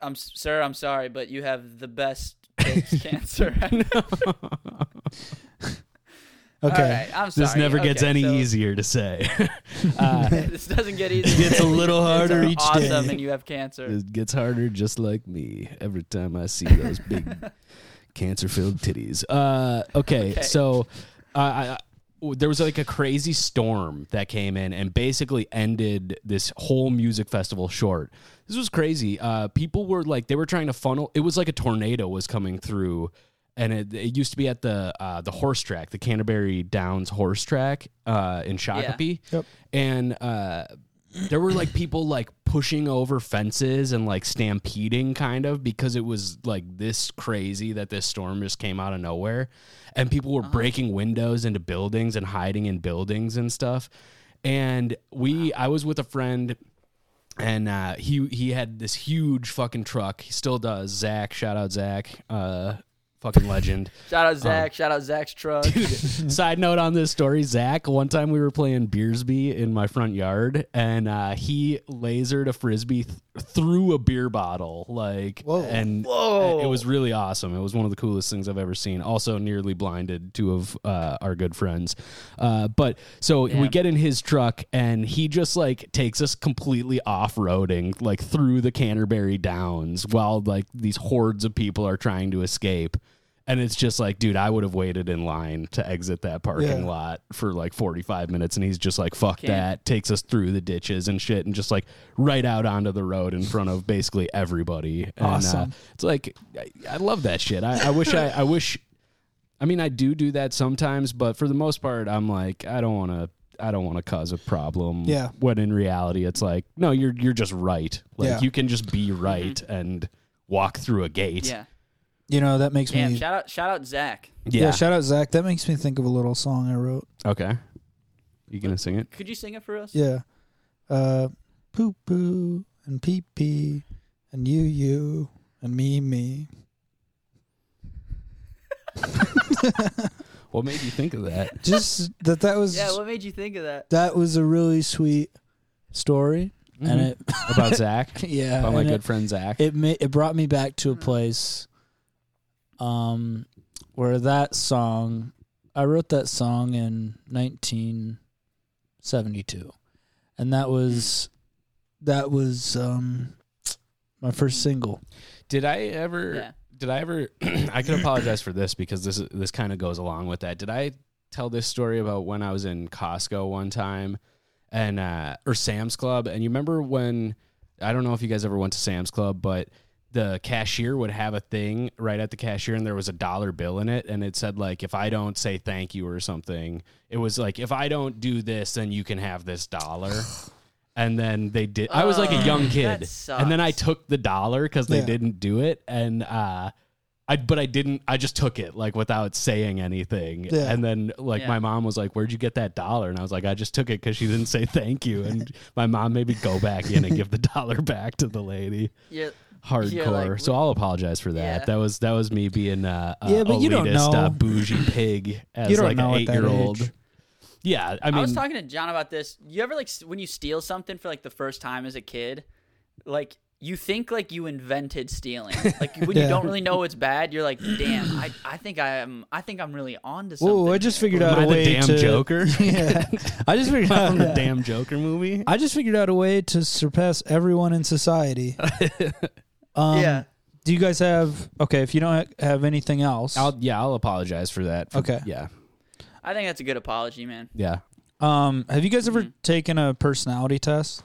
I'm s- sir. I'm sorry, but you have the best tits cancer. All Okay. right, I'm sorry. this never gets Okay, any so easier to say. uh, This doesn't get easier. Gets a little Tits harder are each awesome day. and you have cancer. it gets harder, just like me, every time I see those big cancer-filled titties. Uh, okay, Okay. so uh, I, I, there was like a crazy storm that came in and basically ended this whole music festival short. This was crazy. Uh, people were like, they were trying to funnel. It was like a tornado was coming through, and it, it used to be at the uh, the horse track, the Canterbury Downs horse track uh, in Shakopee, Yep. and. Uh, there were like people like pushing over fences and like stampeding kind of because it was like this crazy that this storm just came out of nowhere and people were breaking windows into buildings and hiding in buildings and stuff and we i was with a friend and uh, he he had this huge fucking truck he still does zach shout out zach uh fucking legend Shout out Zach. shout out Zach's truck. Side note on this story, Zach. One time we were playing Beersby in my front yard, and uh, he lasered a frisbee th- through a beer bottle. Like, Whoa. and it was really awesome. It was one of the coolest things I've ever seen. Also, nearly blinded two of uh, our good friends. Uh, but so we Damn. get in his truck, and he just like takes us completely off roading, like through the Canterbury Downs, while like these hordes of people are trying to escape. And it's just like, dude, I would have waited in line to exit that parking Yeah. lot for like 45 minutes. And he's just like, fuck Can't- that. Takes us through the ditches and shit and just like right out onto the road in front of basically everybody. And, Uh, Awesome. it's like, I, I love that shit. I, I wish I, I wish, I mean, I do do that sometimes, but for the most part, I'm like, I don't want to. I don't want to cause a problem. Yeah. When in reality, it's like, no, you're you're just right. Like Yeah. you can just be right and walk through a gate. Mm-hmm. Yeah. You know, that makes Damn. me Shout out. Shout out Zach. yeah. shout out Zach. That makes me think of a little song I wrote. Okay. You gonna sing it? Could you sing it for us? Yeah. Uh poo poo and pee pee and you you and me me. What made you think of that? Just that that was Yeah, what made you think of that? that was a really sweet story and it Mm-hmm. about Zach, yeah about my and good it, friend Zach. it ma- it brought me back to a place um where that song I wrote that song in 1972 and that was that was um my first single. Did I ever? Yeah. Did I ever? I can apologize for this because this this kind of goes along with that. Did I tell this story about when I was in Costco one time, and uh, or Sam's Club? And you remember when? I don't know if you guys ever went to Sam's Club, but the cashier would have a thing right at the cashier, and there was a dollar bill in it, and it said like, "If I don't say thank you or something," it was like, "If I don't do this, then you can have this dollar." And then they did. I was like Oh, a young kid, and then I sucks. took the dollar because they Yeah. didn't do it, and uh, I but I didn't. I just took it like without saying anything, Yeah. and then like Yeah. my mom was like, "Where'd you get that dollar?" And I was like, "I just took it because she didn't say thank you." And my mom made me go back in and give the dollar back to the lady. Yeah. Hardcore. like, so I'll apologize for that. Yeah. That was that was me being uh, a Yeah, but you don't elitist, know. uh, bougie pig as You don't like know an at eight that year old. age. Yeah, I I, mean, was talking to John about this. You ever like s- when you steal something for like the first time as a kid, like you think like you invented stealing. Like when Yeah. you don't really know it's bad, you're like, damn, I, I think I'm I think I'm really onto something. Whoa, I just here." figured Am out I a the way damn to Joker? Yeah, I just figured out from the damn Joker movie. I just figured out a way to surpass everyone in society. Um, Yeah. Do you guys have okay? If you don't ha- have anything else, I'll yeah, I'll apologize for that. For- Okay. Yeah. I think that's a good apology, man. Yeah. um, have you guys Mm-hmm. ever taken a personality test?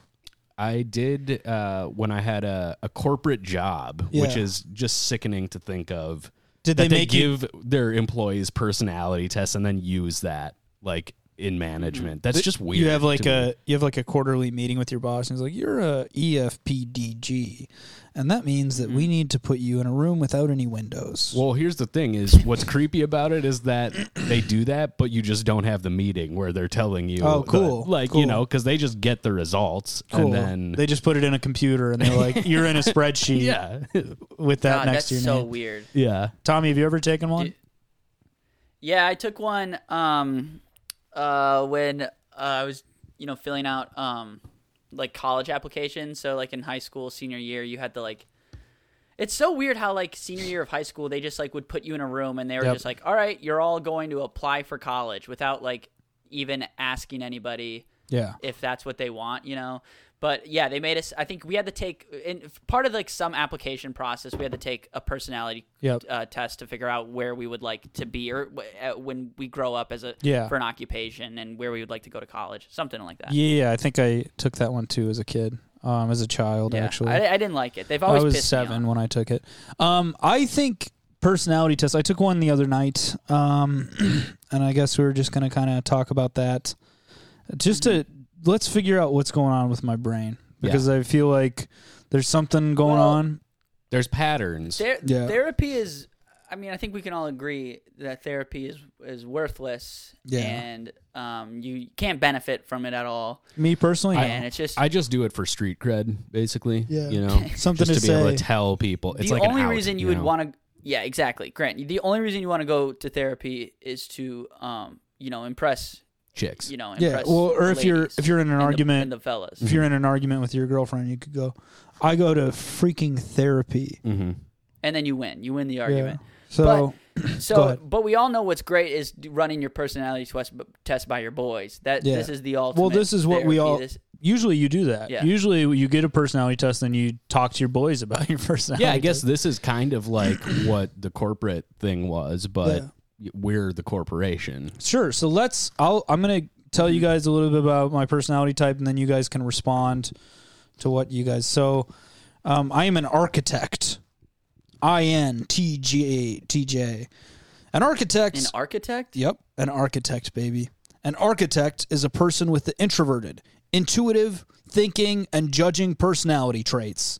I did uh, when I had a, a corporate job, which Yeah. is just sickening to think of. Did that they they, make you- give their employees personality tests and then use that like in management. That's just weird. You have like to me. a you have like a quarterly meeting with your boss, and he's like, "You're a E EFPDG," and that means that Mm-hmm. we need to put you in a room without any windows. Well, here's the thing: is what's creepy about it is that they do that, but you just don't have the meeting where they're telling you. Oh, the- cool, like cool. you know, because they just get the results cool. and then they just put it in a computer, and they're like, "You're in a spreadsheet yeah, with that God, next that's to your so name." weird. yeah. Tommy, have you ever taken one? Yeah, I took one um uh when uh, I was, you know, filling out um like college applications. So like in high school senior year, you had to like It's so weird how like senior year of high school, they just like would put you in a room and they were Yep. just like, "All right, you're all going to apply for college" without like even asking anybody Yeah. if that's what they want, you know. But yeah, they made us. I think we had to take in part of like some application process. We had to take a personality Yep. uh, test to figure out where we would like to be or w- uh, when we grow up as a Yeah. for an occupation and where we would like to go to college, something like that. Yeah, I think I took that one too as a kid, um, as a child Yeah. actually. I, I didn't like it. They've I always was pissed seven me when I took it. Um, I think personality test. I took one the other night, um, and I guess we were just gonna kind of talk about that. Just Mm-hmm. to let's figure out what's going on with my brain because I feel like there's something going Well, on. There's patterns. Ther- Yeah. Therapy is. I mean, I think we can all agree that therapy is is worthless, Yeah. and um, you can't benefit from it at all. Me personally, and it's just I just do it for street cred, basically. Yeah. You know, Something just to to, be able say. to tell people. It's the like an only out, reason you, would know? want to yeah exactly grant the only reason you want to go to therapy is to um you know impress chicks. you know yeah. impress Well, or the if you're ladies if you're in an and the- argument, and the Mm-hmm. fellas if you're in an argument with your girlfriend, you could go. I go to freaking therapy. hmm and then you win you win the argument Yeah. So Go so ahead. but we all know what's great is d- running your personality test test by your boys that Yeah. this is the ultimate well, this is what we therapy. all. This- usually you do that. Yeah. Usually you get a personality test and you talk to your boys about your personality. Yeah, I guess test. this is kind of like what the corporate thing was, but Yeah. y- we're the corporation. sure. So let's. I'll. I'm gonna tell Mm-hmm. you guys a little bit about my personality type, and then you guys can respond to what you guys. So, um, I am an architect. I N T J T J. An architect. an architect Yep, an architect, baby. An architect is a person with the introverted, intuitive, thinking, and judging personality traits.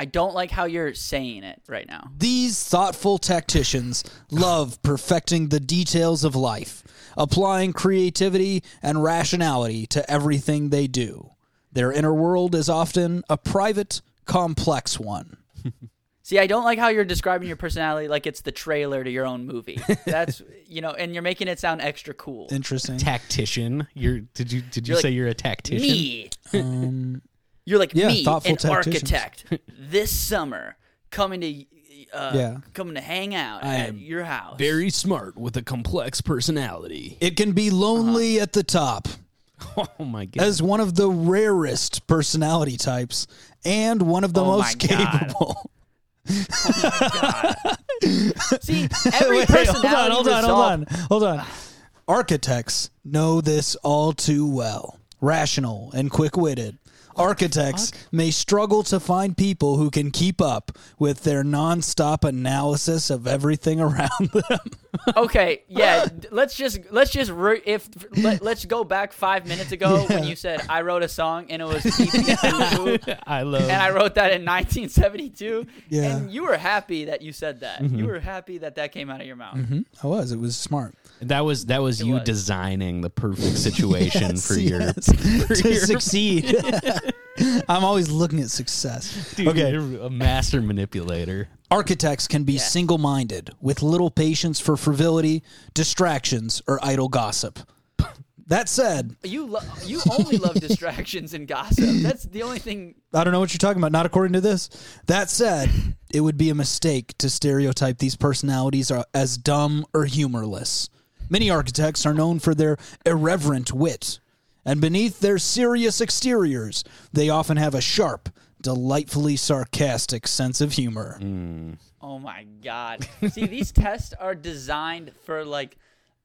i don't like how you're saying it right now These thoughtful tacticians love perfecting the details of life, applying creativity and rationality to everything they do. Their inner world is often a private, complex one. See, I don't like how you're describing your personality like it's the trailer to your own movie. That's you know, and you're making it sound extra cool. Interesting. Tactician. You're did you did you You're like, say you're a tactician? Me. you're like Um, yeah, me, thoughtful an tacticians. architect. this summer, coming to uh, Yeah. coming to hang out I at am your house. Very smart with a complex personality. Uh-huh. It can be lonely at the top, Oh my god. as one of the rarest personality types and one of the Oh my most God. capable. See, every Wait, personality hold on, hold resolve- on, hold on, hold on. Architects know this all too well. Rational and quick-witted. Architects may struggle to find people who can keep up with their nonstop analysis of everything around them. Okay, yeah. d- let's just let's just re- if let, let's go back five minutes ago when you said I wrote a song and it was EPFU, I love. and I wrote that in 1972. Yeah. Mm-hmm. and you were happy that you said that. You were happy that that came out of your mouth. I was. It was smart. that was that was you was. designing the perfect situation for your. Yes. for to your- succeed. I'm always looking at success. Dude, you're a master manipulator. Architects can be single minded with little patience for frivolity, distractions, or idle gossip. That said, You lo- you only love distractions and gossip. That's the only thing. I don't know what you're talking about, not according to this. That said, it would be a mistake to stereotype these personalities are as dumb or humorless. Many architects are known for their irreverent wit, and beneath their serious exteriors, they often have a sharp, delightfully sarcastic sense of humor. Oh my god! See, these tests are designed for like.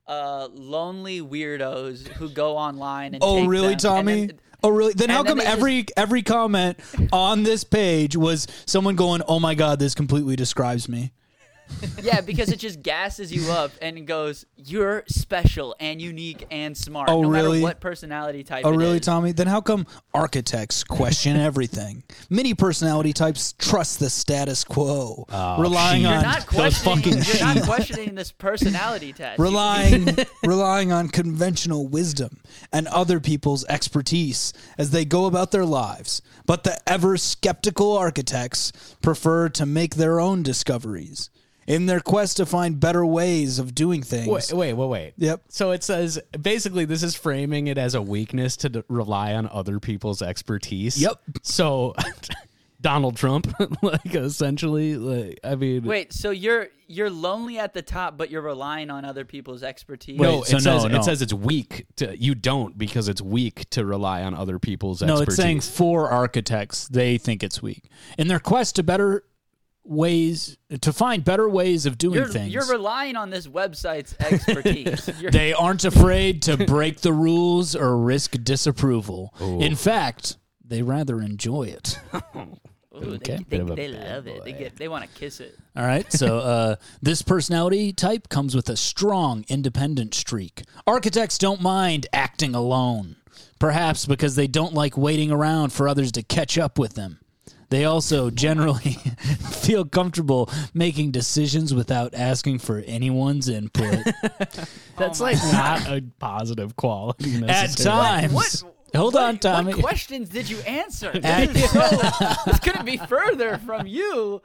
Uh, lonely weirdos who go online and Oh, take really, them, and Tommy? then- oh, really? Then how and then come they just- every every comment on this page was someone going, "Oh my god, this completely describes me." Yeah, because it just gasses you up and goes, "You're special and unique and smart." Oh, no really? Matter what personality type? Oh, it really, is. Tommy? Then how come architects question everything? Many personality types trust the status quo, relying shit. on Oh, You're not Those questioning. fucking you're not questioning this personality test. relying relying on conventional wisdom and other people's expertise as they go about their lives but the ever skeptical architects prefer to make their own discoveries in their quest to find better ways of doing things Wait, wait, wait, wait. Yep. So it says basically this is framing it as a weakness to d- rely on other people's expertise. Yep. So Donald Trump, like essentially, like I mean, Wait, so you're you're lonely at the top, but you're relying on other people's expertise. No, Wait, it so no, says no. it says it's weak. To, you don't because it's weak to rely on other people's No, expertise. it's saying for architects, they think it's weak. In their quest to better ways to find better ways of doing you're, things. you're relying on this website's expertise. You're- they aren't afraid to break the rules or risk disapproval. In fact, they rather enjoy it. ooh, okay. They, Bit of they, a they bad love it. They get. They want to kiss it. Oh All right. So uh, this personality type comes with a strong independent streak. Architects don't mind acting alone, perhaps because they don't like waiting around for others to catch up with them. They also generally feel comfortable making decisions without asking for anyone's input. that's like not a positive quality. At necessarily. times, What? hold what, on, Tommy. What questions did you answer? This, is so, this couldn't be further from you.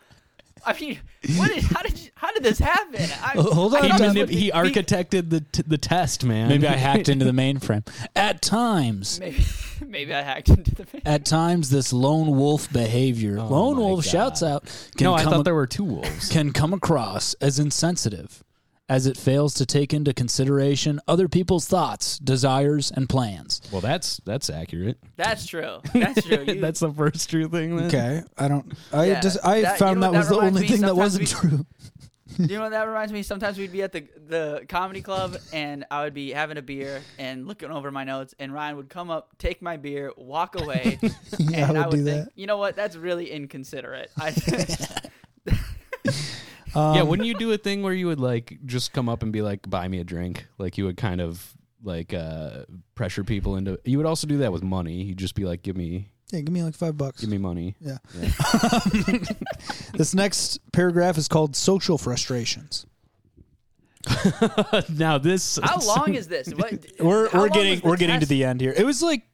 I mean, what did, how did you, how did this happen? I, hold I on, thought Tommy. this would he, he be- architected the t- the test, man. Maybe I hacked into the mainframe. At times, Maybe, maybe I hacked into the. at times, this lone wolf behavior, lone my wolf God. shouts out, can No, I come thought there were two wolves. can come across as insensitive as it fails to take into consideration other people's thoughts, desires, and plans. Well, that's that's accurate. That's true. That's true. You, that's the first true thing. Then. okay i don't i Yeah, just i that- you found know that, what was that the reminds only me? thing that Sometimes wasn't true you know what that reminds me? Sometimes we'd be at the the comedy club and I would be having a beer and looking over my notes and Ryan would come up, take my beer, walk away, yeah and i would do think, that you know what? That's really inconsiderate. I, Um, yeah, wouldn't you do a thing where you would like just come up and be like, "Buy me a drink"? Like you would kind of like uh pressure people into. You would also do that with money. You'd just be like, "Give me, yeah give me like five bucks give me money." Yeah. this next paragraph is called social frustrations now this. how long is this? What, we're how we're long getting was the we're getting to test? the end here. It was like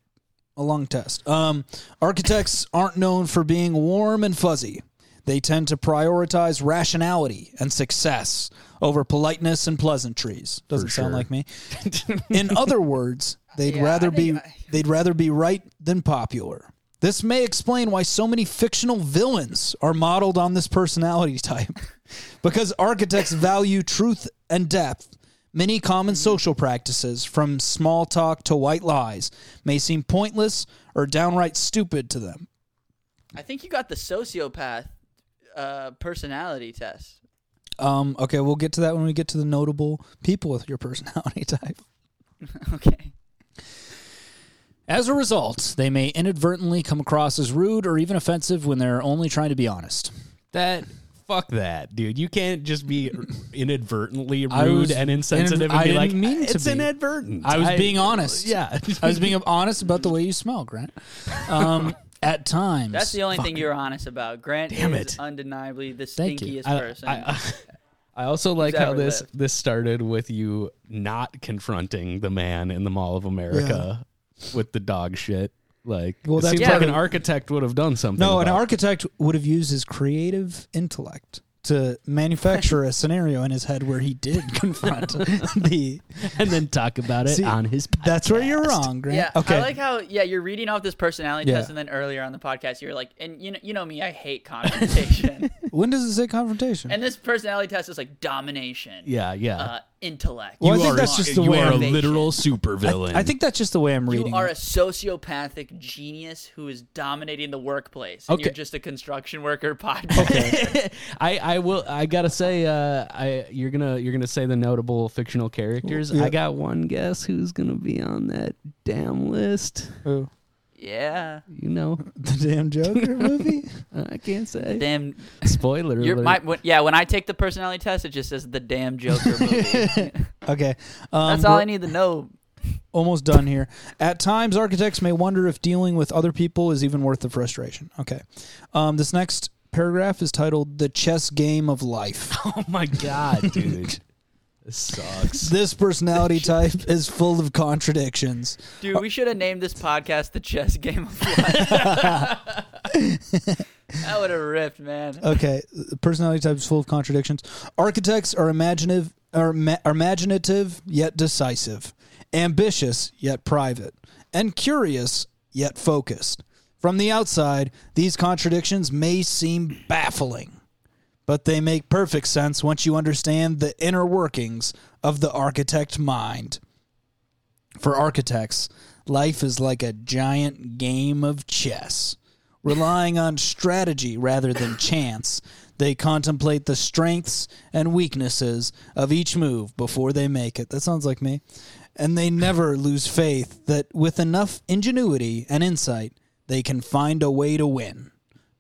a long test. Um, architects aren't known for being warm and fuzzy. They tend to prioritize rationality and success over politeness and pleasantries. Doesn't sound sure. like me. In other words, they'd Yeah, rather I think be I- they'd rather be right than popular. This may explain why so many fictional villains are modeled on this personality type. because architects value truth and depth, Many common social practices, from small talk to white lies, may seem pointless or downright stupid to them. I think you got the sociopath uh, personality test. Um, okay, we'll get to that when we get to the notable people with your personality type. Okay. As a result, they may inadvertently come across as rude or even offensive when they're only trying to be honest. That fuck that, dude. You can't just be inadvertently I rude was and insensitive in- and I be like, didn't mean to it's be." inadvertent. I was being honest. Yeah. I was being honest about the way you smell, Grant. Um, at times, That's the only thing you're honest about. Grant Damn is it. undeniably the Thank you. stinkiest I, person. uh, I, I also like how ever this lived. this started with you not confronting the man in the Mall of America with the dog shit. Like, Well, it that's seems part like an of- architect would have done something. No, an about it. architect would have used his creative intellect to manufacture a scenario in his head where he did confront the. and then talk about it See, on his. Podcast. That's where you're wrong, Grant. yeah, okay. I like how yeah you're reading off this personality Yeah. test, and then earlier on the podcast you were like, and you know you know me, I hate confrontation, when does it say confrontation? and this personality test is like domination, Yeah, yeah. uh, intellect. Well, I you think are that's a- just the you way are a I'm- literal supervillain. I think that's just the way I'm reading. You are a it. sociopathic genius who is dominating the workplace, and you're Okay. just a construction worker podcast. I, I will I gotta say uh, I you're gonna you're gonna say the notable fictional characters. Yeah. I got one guess who's gonna be on that damn list. Who? Yeah, You know, the damn Joker movie. I can't say. damn. Spoiler You're, alert. my, when, yeah, when I take the personality test, it just says the damn Joker movie. Okay, um, That's all I need to know. almost done here. At times, architects may wonder if dealing with other people is even worth the frustration. Okay, um, this next paragraph is titled "The Chess Game of Life." oh my god, dude. this sucks. this personality type is full of contradictions. Dude, we should have named this podcast the Chess Game of Life. that would have ripped, man. Okay, the personality type is full of contradictions. Architects are imaginative, are, ma- are imaginative yet decisive, ambitious yet private, and curious yet focused. From the outside, these contradictions may seem baffling, but they make perfect sense once you understand the inner workings of the architect mind. For architects, life is like a giant game of chess. Relying on strategy rather than chance, they contemplate the strengths and weaknesses of each move before they make it. That sounds like me. And they never lose faith that with enough ingenuity and insight, they can find a way to win,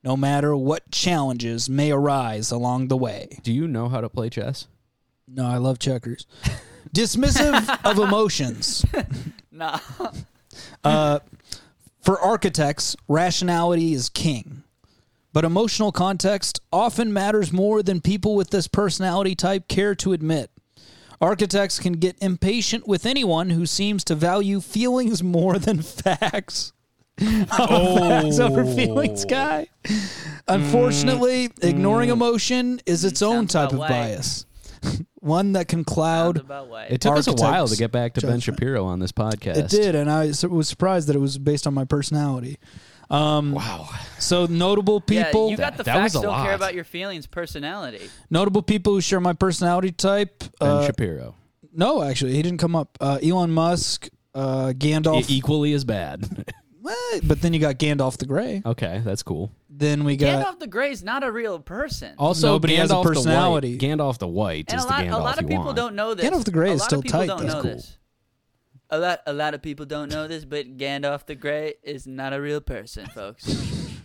no matter what challenges may arise along the way. Do you know how to play chess? No, I love checkers. Dismissive of emotions. Nah. Uh, for architects, rationality is king. But emotional context often matters more than people with this personality type care to admit. Architects can get impatient with anyone who seems to value feelings more than facts. Oh. Facts over Oh. feelings, guy. Unfortunately, ignoring emotion is its own Sounds type about of right. bias, one that can Sounds cloud about white. It took us a while to Architect's get back to Ben judgment. Shapiro on this podcast. It did, and I su- was surprised that it was based on my personality. Um, Wow. So notable yeah, people, you got the That- that was facts. a Don't care lot. about your feelings, personality. notable people who share my personality type. Ben Uh, Shapiro. no, actually, he didn't come up. Uh, Elon Musk, uh, Gandalf, E- equally as bad. eh, but then you got Gandalf the Grey. okay, that's cool. Then we got Gandalf the Grey's not a real person. Also, Nobody has a Gandalf the White- personality. Gandalf the White and is a lot, the a Gandalf lot of you people want. don't know this. Gandalf the Grey a is lot still of people tight, Don't though. know That's cool. this. A lot, a lot of people don't know this, but Gandalf the Grey is not a real person, folks.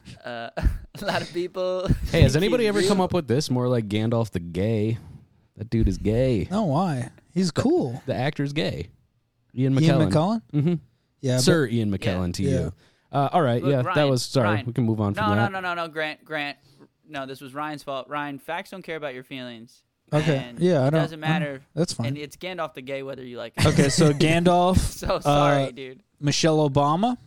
uh, a lot of people. Hey, has anybody ever come up with this more like Gandalf the gay? That dude is gay. no why he's cool. The actor's gay. Ian Ian McKellen. McCullen, hmm yeah, but- Sir Ian McKellen to Yeah. you. Uh, all right, Look, yeah, that Ryan, was sorry. Ryan. We can move on from No, no, that. no, no, no. Grant, Grant. No, this was Ryan's fault. Ryan, facts don't care about your feelings. Okay, And yeah, I it don't- doesn't matter. that's fine. And it's Gandalf the Gay, whether you like it. okay, so Gandalf, so sorry, uh, dude. Michelle Obama.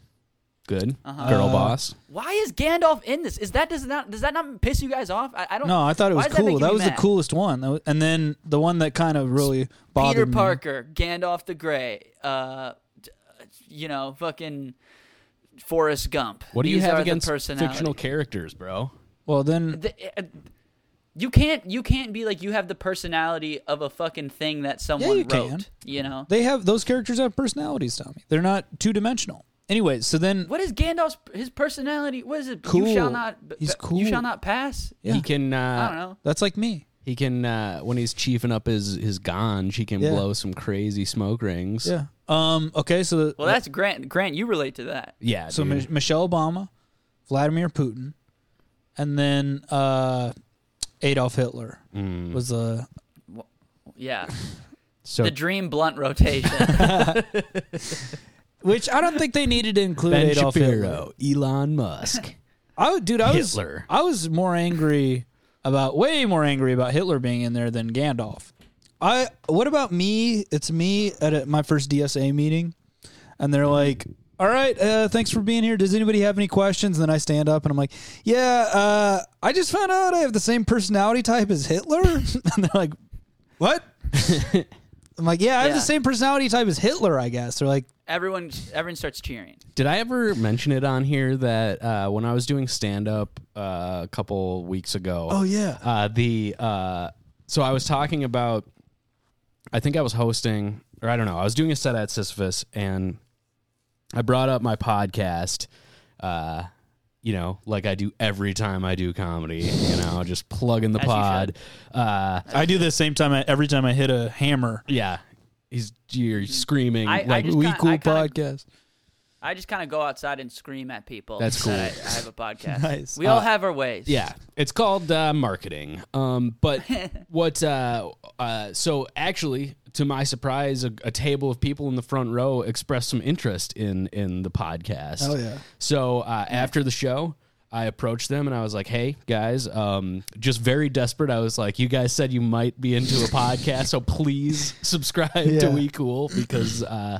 Good Uh-huh. girl Uh, boss. Why is Gandalf in this? Is that does not does that not piss you guys off? I, I don't. No, I thought it why was is that cool. making That you was mad? the coolest one. That was- And then the one that kind of really bothered Peter me. Parker, Gandalf the Grey, uh, d- uh, you know, fucking Forrest Gump. What do you These have are the against personality. fictional characters, bro? Well, then The, uh, You can't you can't be like you have the personality of a fucking thing that someone you wrote. can. You know They have those characters have personalities, Tommy. They're not two dimensional. Anyways, so then what is Gandalf's his personality? What is it? Cool. You shall not. b- He's b- You cool. shall not pass. Yeah. He can. Uh, I don't know. that's like me. He can uh, when he's chiefing up his his ganj, he can Yeah. blow some crazy smoke rings. Yeah. Um. Okay. So the, Well, that's Grant. Grant, you relate to that. yeah. so dude. Mi- Michelle Obama, Vladimir Putin, and then uh, Adolf Hitler Mm. was uh, the Yeah, so the dream blunt rotation. which I don't think they needed to include Ben Adolf Hitler. Shapiro, Elon Musk. I would, dude, I was, Hitler. I was more angry about, way more angry about Hitler being in there than Gandalf. I. What about me? It's me at a, my first DSA meeting, and they're like, "All right, uh, thanks for being here. Does anybody have any questions?" And then I stand up and I'm like, "Yeah, uh, I just found out I have the same personality type as Hitler," and they're like, "What?" I'm like, "Yeah, I have Yeah. the same personality type as Hitler, I guess." They're like, everyone, everyone starts cheering. Did I ever mention it on here that uh, when I was doing stand up uh, a couple weeks ago? "Oh yeah, Uh, the uh, so I was talking about. I think I was hosting, or I don't know. I was doing a set at Sisyphus, and I brought up my podcast. Uh, you know, like I do every time I do comedy. You know, just plugging the As you pod. Uh, I do this same time I, every time I hit a hammer." yeah, he's you're screaming I- I like just we got- cool I kinda- podcast. I just kind of go outside and scream at people. That's Uh, that I, I have a podcast. Nice. We all have our ways. Yeah, it's called uh, marketing. Um, but what? Uh, uh, so actually, to my surprise, a, a table of people in the front row expressed some interest in in the podcast. Oh, yeah. So uh, after the show. I approached them and I was like, "Hey guys, um, just very desperate. I was like, you guys said you might be into a podcast, so please subscribe to Yeah. Mm-hmm. We Cool because uh,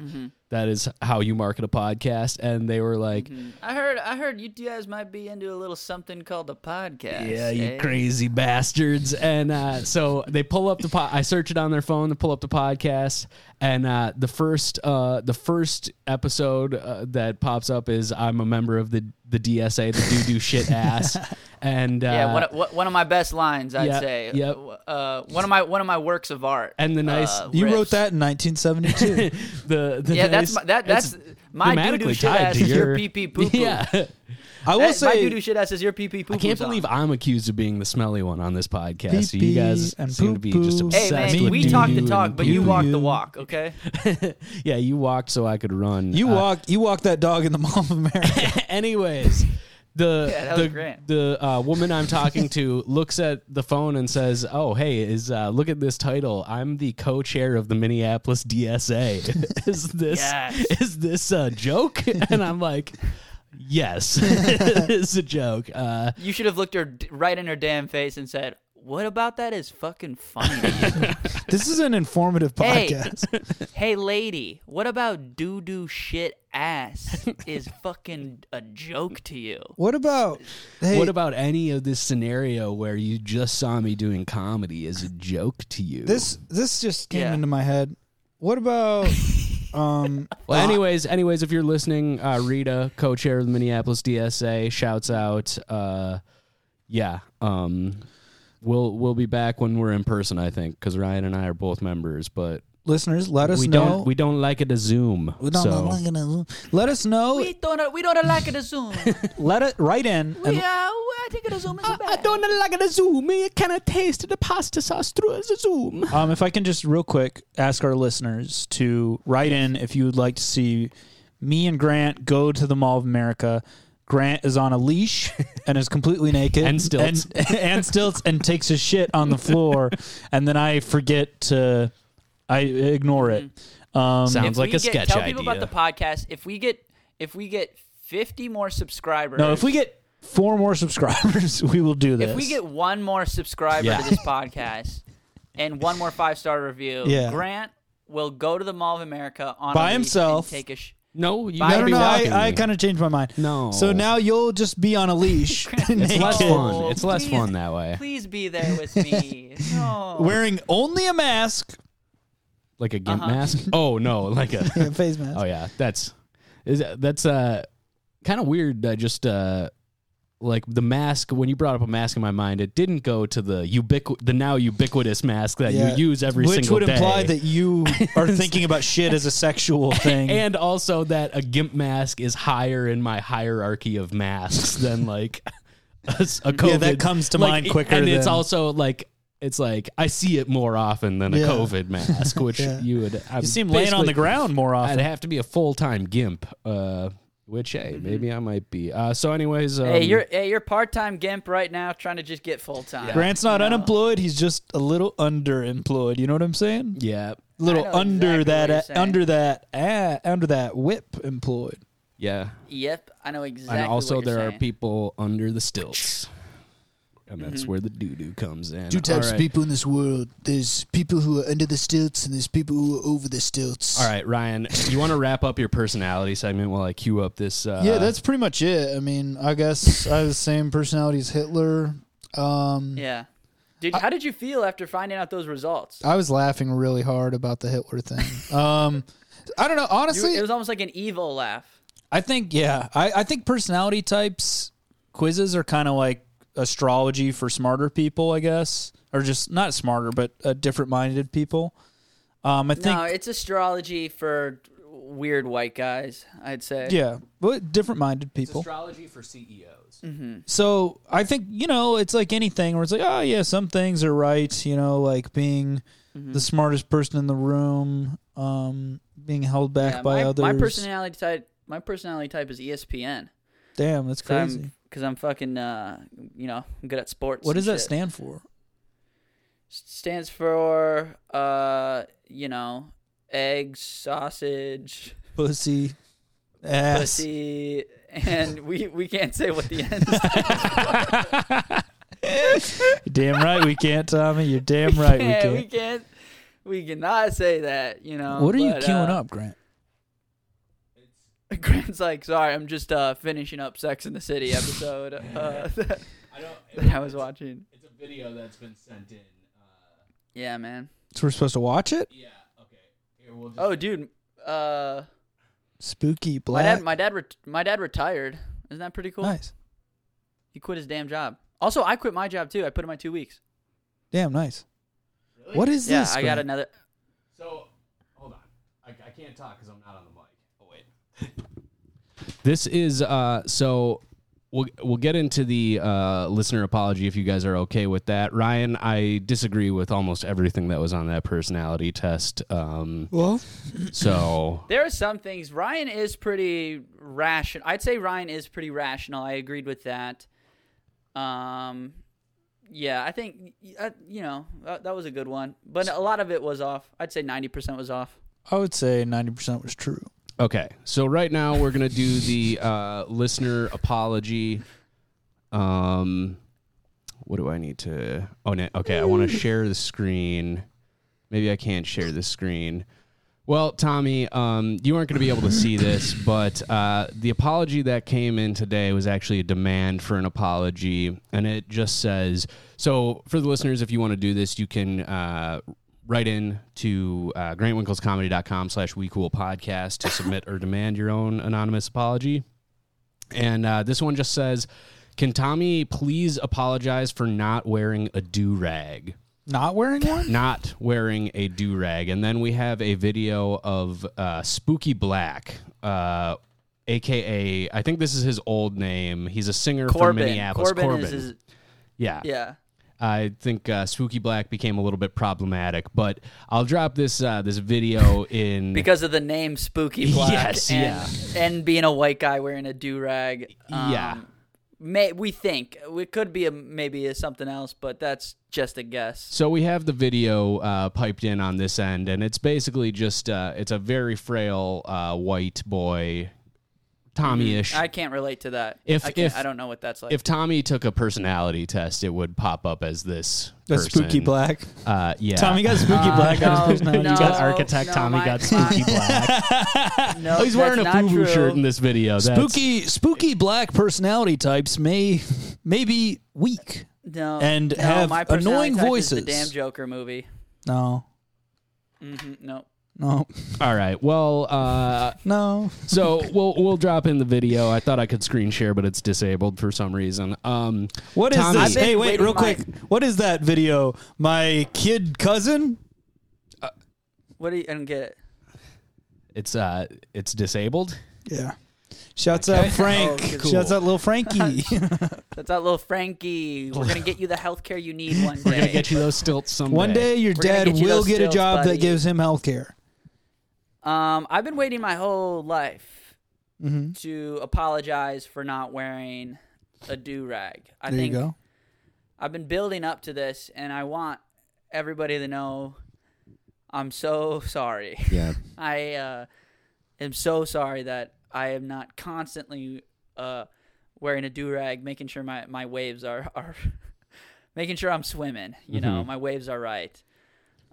that is how you market a podcast." And they were like, Mm-hmm. I heard. I heard you guys might be into a little something called the podcast. Yeah, you eh? crazy bastards. And uh, so they pull up the pod. I search it on their phone to pull up the podcast, and uh, the first uh, the first episode uh, that pops up is I'm a member of the the DSA, the doo doo shit ass, and uh, Yeah, one, of- one- one of my best lines, I'd yeah, say. yeah. Uh, one of my one of my works of art. And the nice- uh, You wrote riffs. that in 1972. the, the Yeah, that's nice- my, that it's that's my doo thematically doo shit ass is your pee pee poo poo. Yeah, I will That, my doo say doo shit ass is your pee pee poo. I can't believe I'm accused of being the smelly one on this podcast. so Pee-pee you guys and seem to be just poo-poo. Hey obsessed man, with we talk the doo-doo talk, and but you poo-poo. walk the walk. Okay. yeah, you walked so I could run. you Uh, walk you walk that dog in the mall of America. Anyways, the Yeah, that was the, great. the uh, woman I'm talking to looks at the phone and says, "Oh, hey, is uh, look at this title. I'm the co-chair of the Minneapolis DSA. is this Yes. is this a joke?" And I'm like, "Yes, it's a joke." Uh, You should have looked her d- right in her damn face and said, "What about that is fucking funny." this is an informative Hey. podcast. hey lady, what about doo doo shit ass is fucking a joke to you? What about hey, What about any of this scenario where you just saw me doing comedy as a joke to you? this this just came Yeah. into my head. What about um Well, anyways, anyways, if you're listening, uh, Rita, co-chair of the Minneapolis DSA, shouts out. Uh, yeah, um, we'll we'll be back when we're in person, I think, because Ryan and I are both members, but listeners, let us we know. don't we don't like it to Zoom. We don't so. like it as- Let us know. We don't we don't like it to zoom. let it write in. We and uh, I think it to zoom is bad. like it to Zoom. I cannot taste the pasta sauce through the Zoom. Um, if I can just real quick ask our listeners to write in if you would like to see me and Grant go to the Mall of America. Grant is on a leash and is completely naked And stilts. and, and stilts and takes his shit on the floor, and then I forget to, I ignore it. Mm-hmm. Um, If Sounds like we a get, sketch tell idea. people about the podcast. If we get if we get fifty more subscribers, no, if we get four more subscribers, we will do this. if we get one more subscriber Yeah. to this podcast and one more five star review, Yeah. Grant will go to the Mall of America on By a leash himself. and take a sh- No, you Bye. no, gotta no, be no, walking. I, I kind of changed my mind. No. so now you'll just be on a leash, it's less naked, fun. It's less Please. fun that way. Please be there with me. Oh. No. wearing only a mask, Like a gimp mask. Oh no, like a. Yeah, face mask. Oh yeah, that's is that's uh kind of weird. Uh, just uh like the mask when you brought up a mask in my mind it didn't go to the ubiqu- the now ubiquitous mask that Yeah. you use every Which single would day imply that you are thinking about shit as a sexual thing. and also that a gimp mask is higher in my hierarchy of masks than like a, s- a COVID. Yeah, that comes to like, mind it- quicker And it's than- also like it's like I see it more often than a Yeah. COVID mask, which Yeah. you would. I'm You seem laying on the basically- ground more I'd often. Uh, have to be a full time gimp. Uh, which hey, Mm-hmm. maybe I might be. Uh, so, anyways, um, hey, you're hey, you're part time gimp right now, trying to just get full time. Grant's not No. unemployed. He's just a little underemployed. You know what I'm saying? yeah, A little I know under, exactly that, what you're under that, ah, under that whip employed. yeah. Yep, I know exactly. and also, what you're there are saying. people under the stilts, and that's Mm-hmm. where the doo doo comes in. Two types of All right. people in this world. There's people who are under the stilts, and there's people who are over the stilts. All right, Ryan, do you want to wrap up your personality segment while I queue up this? Uh, yeah, that's pretty much it. I mean, I guess I have the same personality as Hitler. Um, Yeah, dude, how did you feel after finding out those results? I was laughing really hard about the Hitler thing. Um, I don't know. You- Honestly, it was almost like an evil laugh. I think, yeah. I, I think personality types quizzes are kind of like astrology for smarter people, I guess. Or just not smarter, but uh, different minded people. Um, I think no, it's astrology for weird white guys. I'd say. Yeah, but different minded people. astrology for E CEOs. Mm. So I think you know it's like anything where it's like, oh yeah, some things are right. You know, like being Mm-hmm. the smartest person in the room, um, being held back Yeah, by my, others. my personality type. My personality type is E ESPN. Damn, that's Because crazy. I'm, 'cause I'm fucking, uh, you know, I'm good at sports. what and does that shit. stand for? Stands for, uh, you know, eggs, sausage, Pussy, ass. pussy, and we we can't say what the end. is. damn right we can't, Tommy. You're damn right we Yeah, we can't. can't. We cannot say that. You know. What are you but, queuing uh, up, Grant? Grant's like, sorry, I'm just uh, finishing up Sex in the City episode uh, that, I don't. that I was watching. It's a video that's been sent in. uh, Yeah, man. So we're supposed to watch it? yeah. Okay. Here we'll just. Oh, dude. Uh, Spooky my black. dad, my dad, ret- my dad retired. Isn't that pretty cool? Nice. He quit his damn job. Also, I quit my job too. I put in my two weeks. Damn nice. What is yeah, this? I got Grant? another. So, hold on. I, I can't talk because I'm not on the mic. Oh wait. this is uh. So. We'll, we'll get into the uh, listener apology if you guys are okay with that. Ryan, I disagree with almost everything that was on that personality test. Um, Well, so There are some things. Ryan is pretty rational. I'd say Ryan is pretty rational. I agreed with that. Um, yeah, I think uh, you know that, that was a good one, but a lot of it was off. I'd say ninety percent was off. I would say ninety percent was true. Okay, so right now we're gonna do the uh, listener apology. Um, what do I need to? Oh, no, okay. I want to share the screen. Maybe I can't share the screen. Well, Tommy, um, you aren't going to be able to see this, but uh, the apology that came in today was actually a demand for an apology, and it just says so. For the listeners, if you want to do this, you can uh, write in to uh, grantwinklescomedy.com slash we cool podcast to submit or demand your own anonymous apology. And uh, this one just says, "Can Tommy please apologize for not wearing a do rag?" Not wearing one? not wearing a do rag. And then we have a video of uh, Spooky Black, uh, aka I think this is his old name. He's a singer from Corbin, Minneapolis. Corbin, is his, yeah. yeah. I think uh, Spooky Black became a little bit problematic, but I'll drop this uh, this video in. Because of the name Spooky Black, Yes, and, and being a white guy wearing a do rag, Yeah. may, we think it could be a, maybe a, something else, but that's just a guess. So we have the video uh, piped in on this end, and it's basically just uh, it's a very frail uh, white boy, Tommy-ish. Mm, I can't relate to that. If- I, can't- if- I don't know what that's like. if Tommy took a personality test, it would pop up as this A person. spooky black. Uh, yeah. Tommy got spooky Uh, black on his no, personality. no, test. no, my- my- black. No, oh, he's wearing a that's not FUBU true. shirt in this video. That's, spooky spooky black personality types may may be weak. No, and Um, no, have my personality annoying type is voices. the damn Joker movie. No. hmm no, No. All right. Well, uh, No. so we'll we'll drop in the video. I thought I could screen share, but it's disabled for some reason. Um, What is Tommy. this? I've Hey, been wait, waiting real my- quick. What is that video? My kid cousin? What do you? I don't get it. it's uh, it's disabled. Yeah. Shouts out Frank. Oh, cool. Shouts out little Frankie. That's that little Frankie. We're gonna get you the healthcare you need one day. We're gonna get you those stilts someday. One day your We're gonna dad get you will those get a stilts, job that buddy. gives him health care. Um, I've been waiting my whole life Mm-hmm. to apologize for not wearing a do rag. I There you think go. I've been building up to this, and I want everybody to know I'm so sorry. Yeah. I uh, am so sorry that I am not constantly uh, wearing a do rag, making sure my, my waves are, are making sure I'm swimming. You know, Mm-hmm. my waves are right.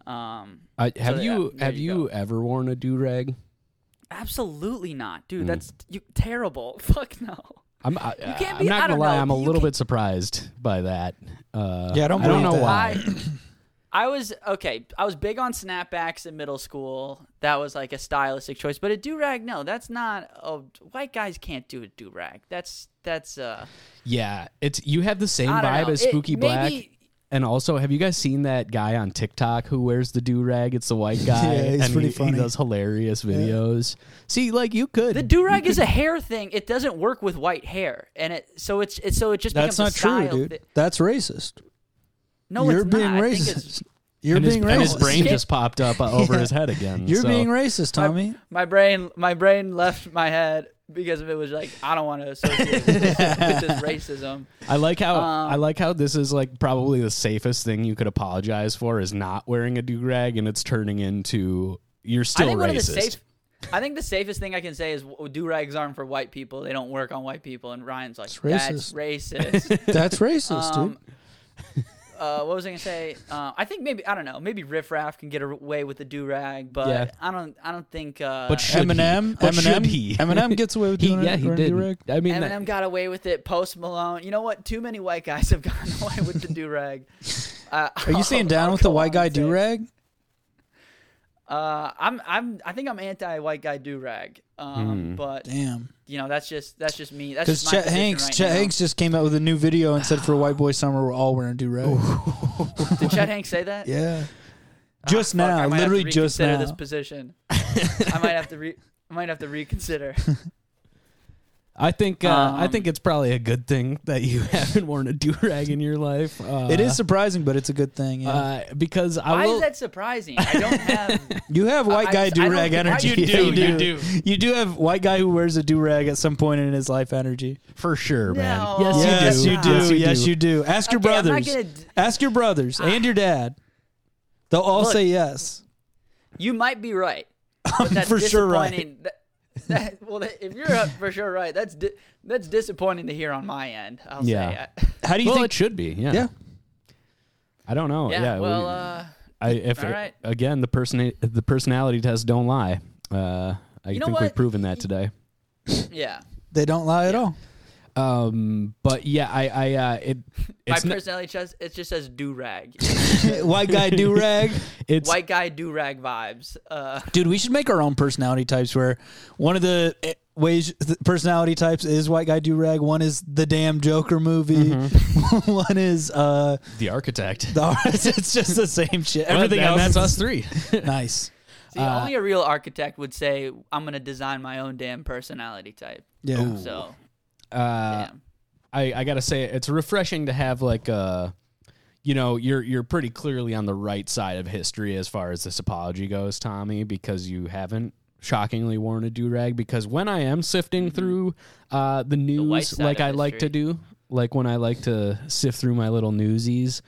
Um, Uh, have So, yeah, you there have you you ever worn a do rag? absolutely not, Mm. dude. That's you, terrible. Fuck no. I'm, I, You can't I'm be- not I gonna don't lie. know. I'm You a little can't- bit surprised by that. Uh, Yeah, I don't believe know that. why. I I was okay. I was big on snapbacks in middle school. That was like a stylistic choice. But a do rag, no, that's not. Oh, white guys can't do a do rag. That's that's uh. Yeah, it's you have the same I don't vibe know. as It- Spooky maybe- Black. And also, have you guys seen that guy on TikTok who wears the do rag? It's the white guy. Yeah, he's and pretty he, funny. He does hilarious videos. See, like you could. The do rag is a hair thing. It doesn't work with white hair, and it so it's, it's so it just That's not becomes a true, style dude. thi- That's racist. no, You're it's being not. I think it's- racist. You're and his, being and his racist. brain just popped up uh, over his head again. You're so- being racist, Tommy. my brain, my brain left my head because of it was like I don't want to associate with this, with this racism. I like how Um, I like how this is like probably the safest thing you could apologize for is not wearing a do rag, and it's turning into you're still I think racist. one of the safe. I think the safest thing I can say is do rags aren't for white people. They don't work on white people. And Ryan's like, that's racist. That's racist, dude. Um, uh, what was I gonna say? Uh, I think maybe I don't know. Maybe Riff Raff can get away with the do rag, but Yeah. I don't. I don't think. Uh, But should he? Eminem, But should Eminem, he? Eminem gets away with He- doing it. yeah, he wearing a did. do-rag. I mean, that- Eminem got away with it. Post Malone. You know what? Too many white guys have gotten away with the do rag. Uh, Are you saying down with the white guy do rag? Uh, I'm. I'm. I think I'm anti-white guy do rag. Hmm. Um, but Damn. you know, that's just that's just me. That's Because just my Chet position Hanks, right Chet now. Hanks just came out with a new video and said for White Boy Summer we're all wearing do rag. Did Chet Hanks say that? Yeah. Just Ah, Fuck, I now, might have to literally just reconsider now. This position. I might have to re. I might have to reconsider. I think uh, I Um, think it's probably a good thing that you haven't worn a do rag in your life. Uh, it is surprising, but it's a good thing. yeah. uh, because I Why will. is that surprising? I don't have. you have white I- guy I do don't rag think- I- energy. You do, you do. you do. You do have white guy who wears a do rag at some point in his life energy. For sure, man. No. yes, Yes, you do. you do. Yes, you, do. Ask your Okay, I'm not brothers. gonna d- Ask your brothers and your dad. They'll all Look. say yes. You might be right. But that's for sure right. disappointing. That, that, well, that, if you're up for sure right, that's di- that's disappointing to hear on my end. I'll Yeah. say. How do you Well, think? it should be. Yeah. Yeah. I don't know. Oh, yeah. Yeah. well, we- uh, I, if all right. again the person the personality tests don't lie. Uh, I You know think we've what? proven that today. uh, yeah. They don't lie at all. Um, but yeah, I, I uh, it My it's n- personality chest it just says do rag. white guy do rag. it's White guy do rag vibes. Uh, Dude, we should make our own personality types where one of the eh, ways the personality types is white guy do rag, one is the damn Joker movie, Mm-hmm. one is uh the architect. the it's just the same shit. Everything Well, else that's us is three. nice. see, Uh, only a real architect would say I'm gonna design my own damn personality type. Yeah. So Uh, damn. I, I gotta say it's refreshing to have like a you know you're you're pretty clearly on the right side of history as far as this apology goes tommy because you haven't shockingly worn a do-rag because when i am sifting through uh, the white news side like of i like to history. do like when i like to sift through my little newsies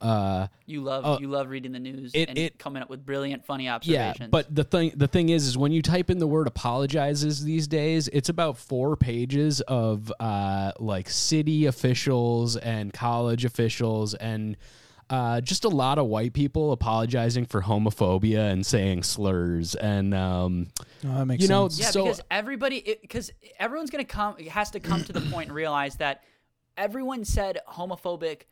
uh, You love you love reading the news it- and it- coming up with brilliant, funny yeah observations. but the thing the thing is is when you type in the word apologizes these days it's about four pages of uh, like city officials and college officials and uh, just a lot of white people apologizing for homophobia and saying slurs and um, Oh, that makes you know sense. yeah, so because everybody, because everyone's gonna come has to come to the point and realize that everyone said homophobic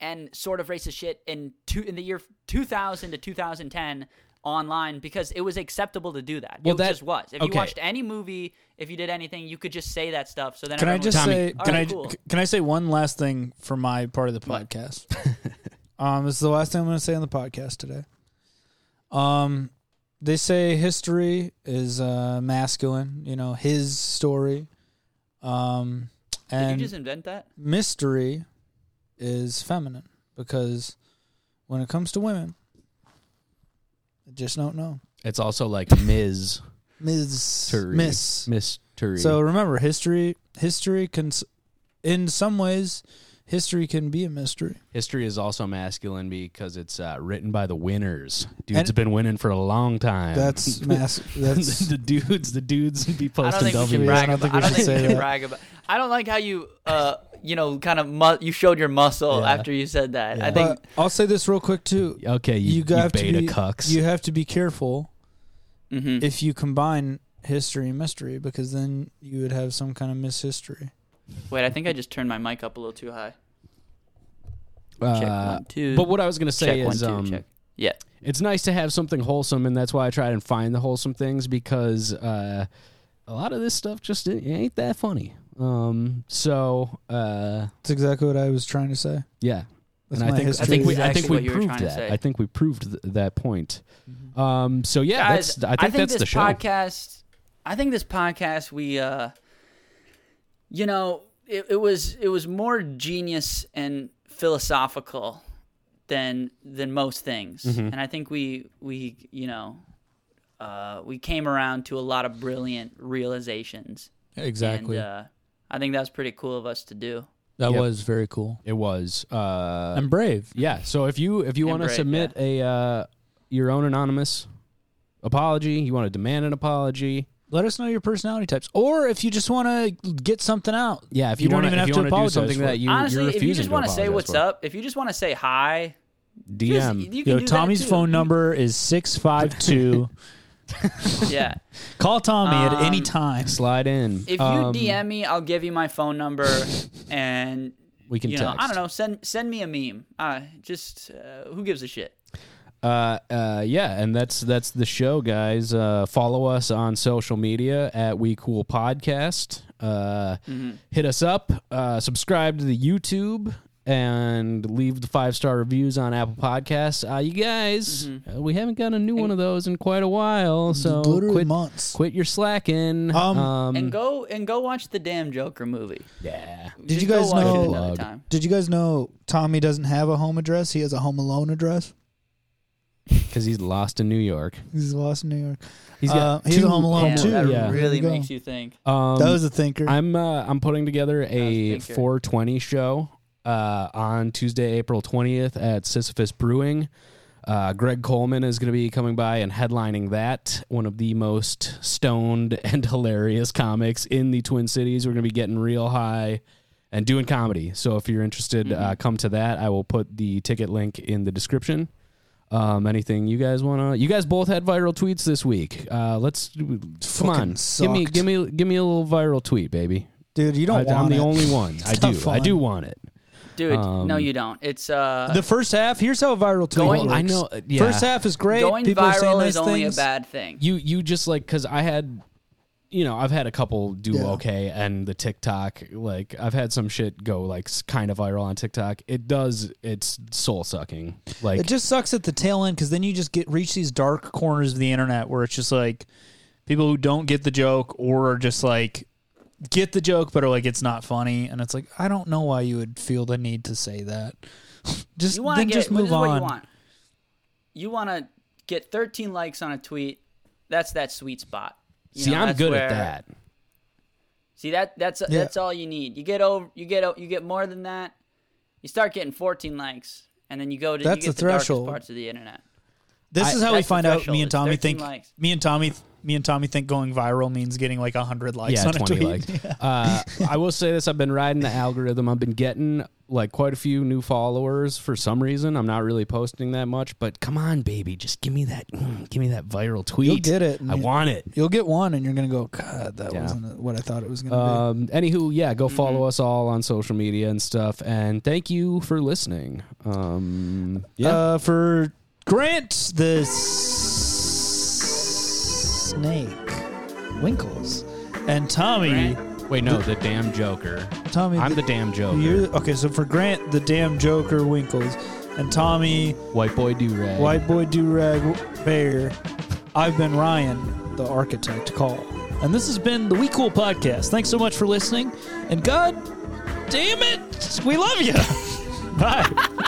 and sort of racist shit in two in the year 2000 to 2010 online because it was acceptable to do that. Well, it that- just was. If okay. you watched any movie, if you did anything, you could just say that stuff. So then Can I everyone just was- Tommy, say- All can right, I cool. c- can I say one last thing for my part of the What? podcast? Um, this is the last thing I'm going to say on the podcast today. Um, they say history is uh, masculine. You know, his story. Um, did you and just invent that? mystery is feminine because when it comes to women, I just don't know. It's also like Ms. Ms. Turi. Miss. Mystery. So remember, history. History can, s- in some ways, history can be a mystery. History is also masculine because it's uh, written by the winners. Dudes And- have been winning for a long time. That's mas- That's the dudes. The dudes be I don't posting think we should W's. Yeah, I brag don't about. think I we don't should think we say should that. brag about. I don't like how you, uh, you know, kind of mu- you showed your muscle Yeah. after you said that. Yeah. I think But I'll say this real quick too. Okay, you, You you, got- have to beta be- cucks. You have to be careful Mm. mhm. if you combine history and mystery because then you would have some kind of mishistory. Wait, I think I just turned my mic up a little too high. Uh, Check one, two. but what I was gonna say check is, one, two, um, check. Yeah. it's nice to have something wholesome, and that's why I try and find the wholesome things because uh, a lot of this stuff just it ain't that funny. Um, so uh, That's exactly what I was trying to say. yeah, That's and I my think I history. think we is I think actually we what you were proved trying to that. say. Mm-hmm. I think we proved th- that point. Um, so yeah, Guys, that's, I think that's this the show. podcast. I think this podcast we uh you know, it, it was it was more genius and philosophical than than most things. Mm-hmm. And I think we we you know uh we came around to a lot of brilliant realizations. Exactly. And uh I think that was pretty cool of us to do. that Yep. was very cool. It was. Uh, I'm brave. yeah. So if you if you And want to brave, submit a uh, your own anonymous apology, you want to demand an apology. Let us know your personality types, or if you just want to get something out. Yeah. If You you, don't want even if have you to wanna do apologize something for it. that you Honestly, you're if you refusing just to want to say apologize what's for. up, if you just want to say hi, just- DM. you can Yo, do that Tommy's too. phone number is six five two. Yeah. Call Tommy at any Um, time. Slide in. If you Um, DM me, I'll give you my phone number, and we can you know, text. I don't know. Send send me a meme. Uh, just uh, who gives a shit? Uh, uh, yeah, and that's that's the show, guys. Uh, follow us on social media at We Cool Podcast. Uh, Mm-hmm. Hit us up. Uh, subscribe to the YouTube and leave the five star reviews on Apple Podcasts. Uh, you guys, Mm-hmm. uh, we haven't got a new one of those in quite a while, so Literally quit months. quit your slacking. Um, and go and go watch the damn Joker movie. yeah, Did you Just go guys watch it know- uh, another Plug. time. Did you guys know Tommy doesn't have a home address? He has a home alone address. because he's lost in New York. He's lost in New York. He's Uh, got he's two, a home alone Yeah, too. that yeah. really There you go. makes you think. Um, that was a thinker. I'm uh, I'm putting together a thinker. 420 show uh, on Tuesday, April 20th at Sisyphus Brewing. Uh, Greg Coleman is going to be coming by and headlining that. One of the most stoned and hilarious comics in the Twin Cities. We're going to be getting real high and doing comedy. So if you're interested, uh, come to that. I will put the ticket link in the description. Um, anything you guys want to? You guys both had viral tweets this week. Uh, let's come on. Give me, sucked. give me, give me a little viral tweet, baby. Dude, you don't I, want am the it. only one. I not do. I fun. do want it. Dude, no, Um, you don't. It's uh, the first half. Here's how a viral tweet Going- works. I know. Yeah. First half is great. going People are saying viral nice is only things. a bad thing. you you just like because I had, you know, I've had a couple do Yeah. okay, and the TikTok like I've had some shit go like s- kind of viral on TikTok. It does. It's soul sucking. Like It just sucks at the tail end because then you just get reach these dark corners of the internet where it's just like People who don't get the joke or are just like get the joke but are like it's not funny, and it's like I don't know why you would feel the need to say that. just You want to then get just this move is What you on. want. You want to get 13 likes on a tweet. That's that sweet spot. You see, know, I'm that's good where- at that. See that that's Yeah. that's all you need. You get over you get o- you get more than that. You start getting 14 likes and then you go to you That's get the the darkest threshold. parts of the internet. This I- is how we that's the find out. threshold. Me and It's Tommy 13 think. likes. Me and Tommy. Me and Tommy think going viral means getting like hundred likes yeah, on a 20 tweet. likes. Uh, I will say this: I've been riding the algorithm. I've been getting like quite a few new followers for some reason. I'm not really posting that much, but come on, baby, just give me that, mm, give me that viral tweet. get it. I want it. You'll get one and you're gonna go. God, that Yeah. wasn't what I thought it Mm-hmm. was gonna be. Um, anywho, yeah, go follow us all on social media and stuff. And thank you for listening. Um, yeah. Uh, for Grant, the s- Snake Winkles, and Tommy. Wait, no, the damn Joker. Tommy, I'm the- the damn Joker. You're, okay, so for Grant, the damn Joker Winkles, and Tommy, White boy do rag. White Boy Do Rag Bear, I've been Ryan, the architect call. And this has been the We Cool Podcast. Thanks so much for listening, and God damn it, we love you. Bye.